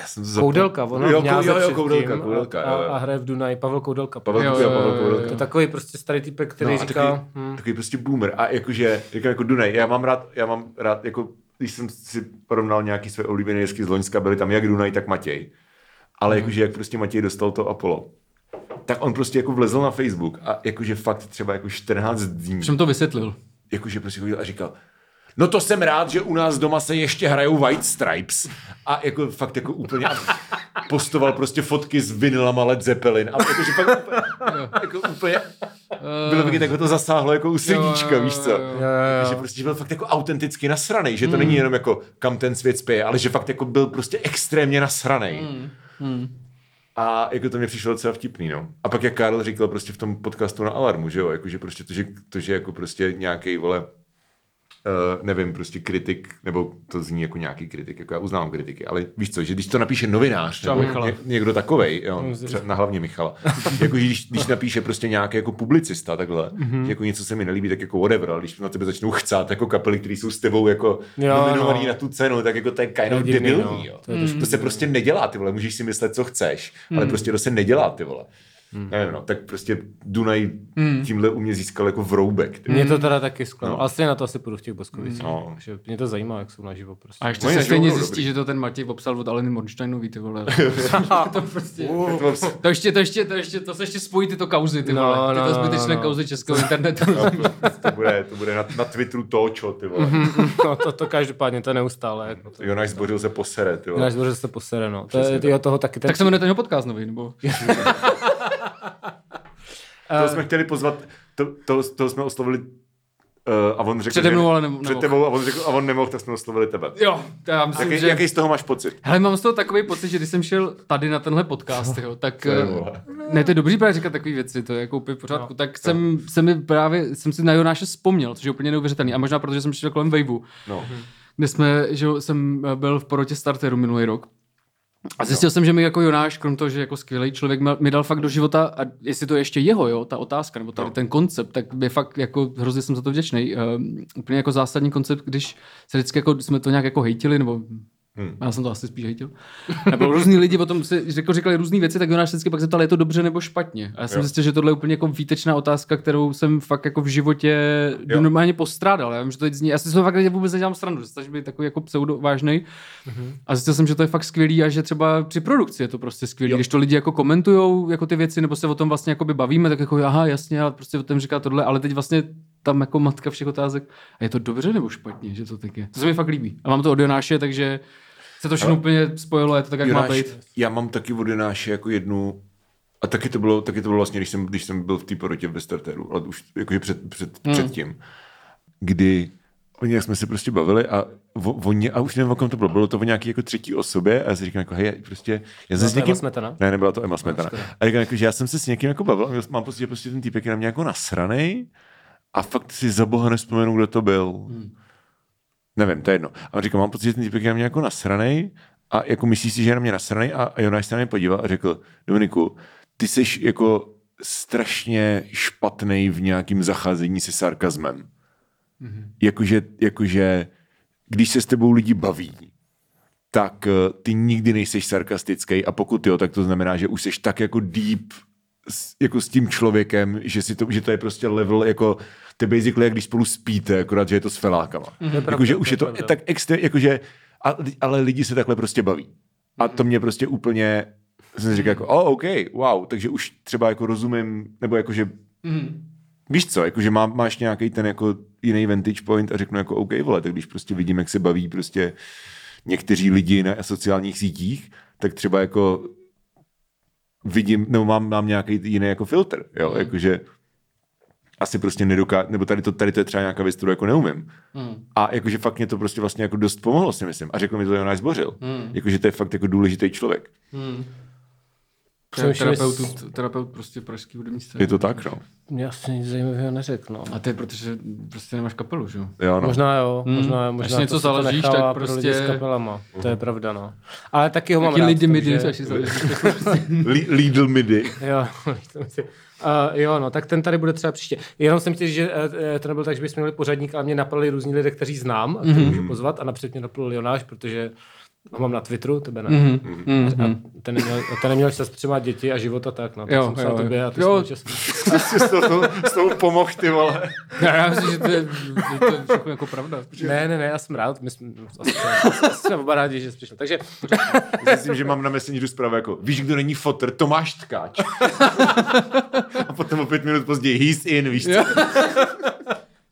[SPEAKER 2] Já jsem to zapomněl.
[SPEAKER 1] Koudelka, ona
[SPEAKER 2] jo,
[SPEAKER 1] jo,
[SPEAKER 2] kou- jo, jo,
[SPEAKER 1] předtím
[SPEAKER 2] koudelka, koudelka,
[SPEAKER 1] a,
[SPEAKER 2] jo, jo.
[SPEAKER 1] a, hraje v Dunaji, Pavel Koudelka.
[SPEAKER 2] Pavel
[SPEAKER 3] Jo,
[SPEAKER 2] Koudelka,
[SPEAKER 3] jo,
[SPEAKER 2] Pavel
[SPEAKER 3] jo, jo.
[SPEAKER 2] Koudelka.
[SPEAKER 1] To je takový prostě starý typek, který
[SPEAKER 2] No, a
[SPEAKER 1] říká,
[SPEAKER 2] takový,
[SPEAKER 1] hm,
[SPEAKER 2] takový prostě boomer. A jakože, jak, jako Dunaj, já mám rád, já mám rád, jako když jsem si porovnal nějaký své oblíbené desky z Loňska, byly tam jak Dunaj, tak Matěj.
[SPEAKER 1] Mhm.
[SPEAKER 2] Ale jakože jak prostě Matěj dostal to Apollo, tak on prostě jako vlezl na Facebook a jakože fakt třeba jako 14 dní,
[SPEAKER 3] Všem to vysvětlil.
[SPEAKER 2] jakože prostě chodil a říkal, No to jsem rád, že u nás doma se ještě hrajou White Stripes. A jako fakt jako úplně postoval prostě fotky s vinilama Led Zeppelin. A jakože fakt úplně, jako úplně
[SPEAKER 3] Eh,
[SPEAKER 2] bylo vidět, jak ho to zasáhlo jako u srdíčka,
[SPEAKER 3] jo,
[SPEAKER 2] víš co?
[SPEAKER 3] jo, jo. Hmm.
[SPEAKER 1] jo.
[SPEAKER 2] Že prostě byl fakt jako autenticky nasranej, že to není jenom jako kam ten svět spěje, ale že fakt jako byl prostě extrémně nasranej.
[SPEAKER 3] Hmm,
[SPEAKER 2] A jako to mě přišlo docela vtipný, no. A pak jak Karel říkal prostě v tom podcastu na Alarmu, že jo, jako, že prostě to, že, to, že jako prostě nějaký vole, uh, nevím, prostě kritik, nebo to zní jako nějaký kritik, jako já uznávám kritiky, ale víš co, že když to napíše novinář, třeba nebo
[SPEAKER 3] Michala.
[SPEAKER 2] ně, někdo takovej, jo, třeba na hlavně Michala, jako že když, když napíše prostě nějaký jako publicista takhle,
[SPEAKER 1] Mhm.
[SPEAKER 2] mm-hmm. že jako něco se mi nelíbí, tak jako whatever, ale když na tebe začnou chcát jako kapely, které jsou s tebou jako
[SPEAKER 1] Jo,
[SPEAKER 2] jo, nominovaný
[SPEAKER 1] no.
[SPEAKER 2] na tu cenu, tak jako to je kind
[SPEAKER 1] To
[SPEAKER 2] of
[SPEAKER 1] je divný,
[SPEAKER 2] debilní,
[SPEAKER 1] no.
[SPEAKER 2] jo.
[SPEAKER 1] To je Hmm.
[SPEAKER 2] To se prostě nedělá, ty vole, můžeš si myslet, co chceš, ale prostě to se nedělá, ty vole. Nevím, no, tak prostě Dunaj tímhle u mě získal jako vroubek. Ty. vole.
[SPEAKER 1] Hmm. mě to teda taky sklo.
[SPEAKER 2] No.
[SPEAKER 1] Asi na to asi půjdu v těch Boskovicích.
[SPEAKER 2] No.
[SPEAKER 1] Takže Mě to zajímá, jak jsou naživo prostě.
[SPEAKER 3] A ještě
[SPEAKER 2] Oni
[SPEAKER 3] se
[SPEAKER 2] jsou
[SPEAKER 3] stejně
[SPEAKER 2] dobrý.
[SPEAKER 3] zjistí, že to ten Matěj popsal od Aleny Mornsteinový, ty vole. to prostě...
[SPEAKER 2] Tak to bylo-
[SPEAKER 3] To ještě, to ještě, to ještě, to se ještě spojí tyto kauzy, ty
[SPEAKER 1] No,
[SPEAKER 3] vole. No,
[SPEAKER 1] no,
[SPEAKER 3] tyto
[SPEAKER 1] no,
[SPEAKER 3] zbytečné
[SPEAKER 1] no.
[SPEAKER 3] kauzy českého internetu.
[SPEAKER 2] to bude, to bude na, na Twitteru točo, ty vole.
[SPEAKER 1] No, to, to každopádně, to je neustále. Jako to.
[SPEAKER 2] Jonáš zbořil se posere, ty vole.
[SPEAKER 1] Náš dvoře se posere, no. To je, jo, toho taky. Ten,
[SPEAKER 3] tak se jmenuje ten jeho podcast nový, nebo? Eh,
[SPEAKER 2] To jsme chtěli pozvat, to, to, to jsme oslovili uh, a on řekl,
[SPEAKER 3] Přede
[SPEAKER 2] že-
[SPEAKER 3] mnou, ale ne- nemohl.
[SPEAKER 2] Před tebou a on řekl, a on nemohl, tak jsme oslovili tebe.
[SPEAKER 3] Jo, to já myslím,
[SPEAKER 2] Jaký,
[SPEAKER 3] že...
[SPEAKER 2] jaký z toho máš pocit?
[SPEAKER 3] Hele, mám z toho takový pocit, že když jsem šel tady na tenhle podcast, jo, tak...
[SPEAKER 2] je,
[SPEAKER 3] eh,
[SPEAKER 2] vole.
[SPEAKER 3] Ne, to je dobrý právě říkat takové věci, to je jako úplně v pořádku. No, tak jsem, jsem, mi právě, jsem si na Jonáše vzpomněl, což je úplně neuvěřitelný. A možná protože jsem šel kolem Waveu,
[SPEAKER 2] No.
[SPEAKER 3] kde jsme, že jo, jsem eh, byl v porotě starteru minulý rok. A zjistil jsem, že mi jako Jonáš, krom toho, že jako skvělý člověk, ma- mi dal fakt do života, a jestli to je ještě jeho, jo, ta otázka, nebo tady
[SPEAKER 2] No.
[SPEAKER 3] ten koncept, tak by fakt jako hrozně jsem za to vděčný. Um, úplně jako zásadní koncept, když se vždycky jako, jsme to nějak jako hejtili, nebo Hmm. Já jsem to asi spíš hejtil. Nebo různý lidi potom si jako říkali různé věci, tak Jonáš se vždycky pak zeptal, je to dobře nebo špatně. A já jsem
[SPEAKER 2] Jo.
[SPEAKER 3] zjistil, že tohle je úplně jako výtečná otázka, kterou jsem fakt jako v životě
[SPEAKER 2] Jo.
[SPEAKER 3] normálně postrádal. Já vím, že to teď zní, já si to fakt vůbec nedělám srandu, že snažím být takový jako pseudo vážnej. A zjistil jsem, že to je fakt skvělý a že třeba při produkci je to prostě skvělý. Jo. Když to lidi jako komentujou jako ty věci, nebo se o tom vlastně jakoby bavíme, tak jako aha, jasně, ale prostě o tom říká tohle, ale teď vlastně tam jako matka všech otázek. A je to dobře nebo špatně, že to tak je? To se mi fakt líbí. A mám to od Jonáše, takže se to všechno úplně spojilo, je to tak, jak má
[SPEAKER 2] Jonáš,
[SPEAKER 3] být.
[SPEAKER 2] já mám taky od Jonáše jako jednu a taky to bylo, taky to bylo vlastně, když jsem, když jsem byl v té porotě ve starteru, ale už jakože před, před,
[SPEAKER 3] Mhm.
[SPEAKER 2] hmm. předtím, kdy o nějak jsme se prostě bavili a, o, o ně, a už nevím, o kom to bylo, bylo to o nějaký jako třetí osobě a já si říkám jako, hej, prostě, já jsem
[SPEAKER 1] Byla
[SPEAKER 2] s
[SPEAKER 1] to Emma
[SPEAKER 2] někým...
[SPEAKER 1] Smetana?
[SPEAKER 2] Ne, nebyla to Emma Smetana. A říkám jako, že já jsem se s někým jako bavil a měl- mám pocit, že prostě ten týpek je na mě jako nasranej a fakt si za boha nespomenu, kdo to byl. Hmm. Nevím, to je jedno. A on říkal, mám pocit, že ten týpek je na mě jako nasranej a jako myslíš si, že je na mě nasranej a a Jonáš se na mě podíval a řekl, Dominiku, ty jsi jako strašně špatnej v nějakým zacházení se sarkazmem. Mm-hmm. Jakože, jakože, když se s tebou lidi baví, tak eh, ty nikdy nejseš sarkastický a pokud jo, tak to znamená, že už seš tak jako deep s, jako s tím člověkem, že, si to, že to je prostě level jako to je basically, jak když spolu spíte, akorát, že je to s felákama. Mm-hmm. Jakože už je to tak extra, jakože, a, ale lidi se takhle prostě baví. A to mě prostě úplně, jsem si říkal jako, oh, OK, wow, takže už třeba jako rozumím, nebo jakože Víš co, jakože má, máš nějaký ten jako jiný vantage point a řeknu jako OK, vole, tak když prostě vidím, jak se baví prostě někteří lidi na sociálních sítích, tak třeba jako vidím, nebo mám, mám nějaký jiný jako filtr, jo, mm. jakože asi prostě nedokážu, nebo tady to, tady to je třeba nějaká věc, kterou jako neumím. Mm. A jakože fakt mě to prostě vlastně jako dost pomohlo, si myslím. A řekl mi to Jonáš Bořil. Mm. Jakože to je fakt jako důležitý člověk.
[SPEAKER 1] Přemýšlím, jestli-
[SPEAKER 3] Terapeut, terapeut prostě pražský hudební scény.
[SPEAKER 2] Je to tak, no.
[SPEAKER 1] Mě asi nic zajímavého neřekl, no.
[SPEAKER 3] A to je protože prostě nemáš kapelu, že jo?
[SPEAKER 2] Jo, no.
[SPEAKER 1] Možná jo,
[SPEAKER 3] Hmm.
[SPEAKER 1] možná,
[SPEAKER 3] Až
[SPEAKER 1] možná
[SPEAKER 3] něco
[SPEAKER 1] to se to
[SPEAKER 3] založíš,
[SPEAKER 1] nechává
[SPEAKER 3] tak
[SPEAKER 1] pro
[SPEAKER 3] prostě-
[SPEAKER 1] lidi s kapelama. To je pravda, no. Ale taky ho mám
[SPEAKER 3] Taky
[SPEAKER 1] rád.
[SPEAKER 3] lidi mi
[SPEAKER 1] takže-
[SPEAKER 3] až si založíš.
[SPEAKER 2] Li- Lidl midi.
[SPEAKER 1] Jo, to myslím. Uh, jo, no, tak ten tady bude třeba příště. Jenom jsem chtěl, říct, že uh, to nebyl tak, že bychom měli pořadník, ale mě napadli různí lidé, kteří znám a který
[SPEAKER 3] Mhm.
[SPEAKER 1] mm-hmm. můžu pozvat a napřed mě napadl Jonáš, protože ho mám na Twitteru, tebe ne.
[SPEAKER 3] Mhm.
[SPEAKER 1] Mm-hmm. A ten neměl, a ten neměl čas třeba děti a život a tak, no. Tak
[SPEAKER 3] Jo,
[SPEAKER 1] jsem se
[SPEAKER 3] jo,
[SPEAKER 1] na tobě
[SPEAKER 3] jo.
[SPEAKER 1] a ty
[SPEAKER 3] Jo.
[SPEAKER 1] jsi měl čas.
[SPEAKER 2] S tou, s tou pomohl, ty vole.
[SPEAKER 3] Já, já myslím, že to je, že to je všechno jako pravda.
[SPEAKER 1] Ne, ne, ne, já jsem rád, my jsme, no, asi, asi, asi jsme oba rádi, že jsi přišel. Takže
[SPEAKER 2] Zjistím, že mám na Messengeru zprávu jako, víš, kdo není fotr, Tomáš Tkáč. a potom o pět minut později, he's in, víš co?
[SPEAKER 3] Jo.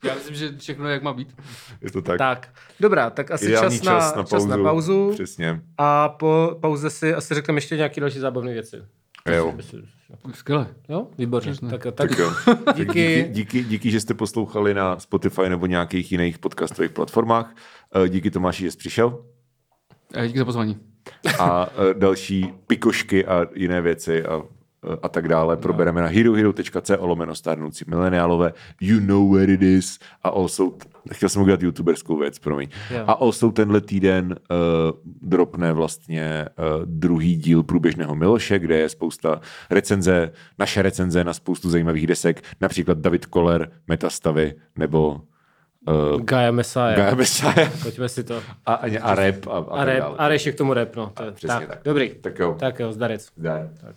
[SPEAKER 3] Já myslím, že všechno je, jak má být.
[SPEAKER 2] Je to tak.
[SPEAKER 1] tak, dobrá, tak asi
[SPEAKER 2] Ideální
[SPEAKER 1] čas, na, čas, na, čas na pauzu.
[SPEAKER 2] Přesně.
[SPEAKER 1] A po pauze si asi řekneme ještě nějaké další zábavné věci.
[SPEAKER 2] Jo.
[SPEAKER 3] Skvěle.
[SPEAKER 1] Jo, výborně. Tak, tak,
[SPEAKER 2] Tak jo. Tak
[SPEAKER 1] Díky.
[SPEAKER 2] Díky, díky, díky, že jste poslouchali na Spotify nebo nějakých jiných podcastových platformách. Eh, Díky Tomáši, že jsi přišel.
[SPEAKER 3] A díky za pozvání.
[SPEAKER 2] A eh, další pikošky a jiné věci a, eh, a tak dále probereme na herohero.co lomeno stárnoucí mileniálové. You know where it is. A also, t- chtěl jsem udělat youtuberskou věc, promiň.
[SPEAKER 1] Jo.
[SPEAKER 2] A also tenhle týden uh, dropne vlastně uh, druhý díl průběžného Miloše, kde je spousta recenze, naše recenze na spoustu zajímavých desek, například David Koller, Metastavy nebo
[SPEAKER 1] Gaia Messiah.
[SPEAKER 2] Gaia Messiah
[SPEAKER 1] Pojďme si to.
[SPEAKER 2] a, a, a rap a, a,
[SPEAKER 1] A,
[SPEAKER 2] tak
[SPEAKER 1] rep,
[SPEAKER 2] dále.
[SPEAKER 1] a reš je k tomu rep, no. To, je-
[SPEAKER 2] Přesně
[SPEAKER 1] tak,
[SPEAKER 2] tak.
[SPEAKER 1] dobrý.
[SPEAKER 2] Tak jo.
[SPEAKER 1] Tak jo, zdarec.
[SPEAKER 2] Zdar.
[SPEAKER 1] Tak.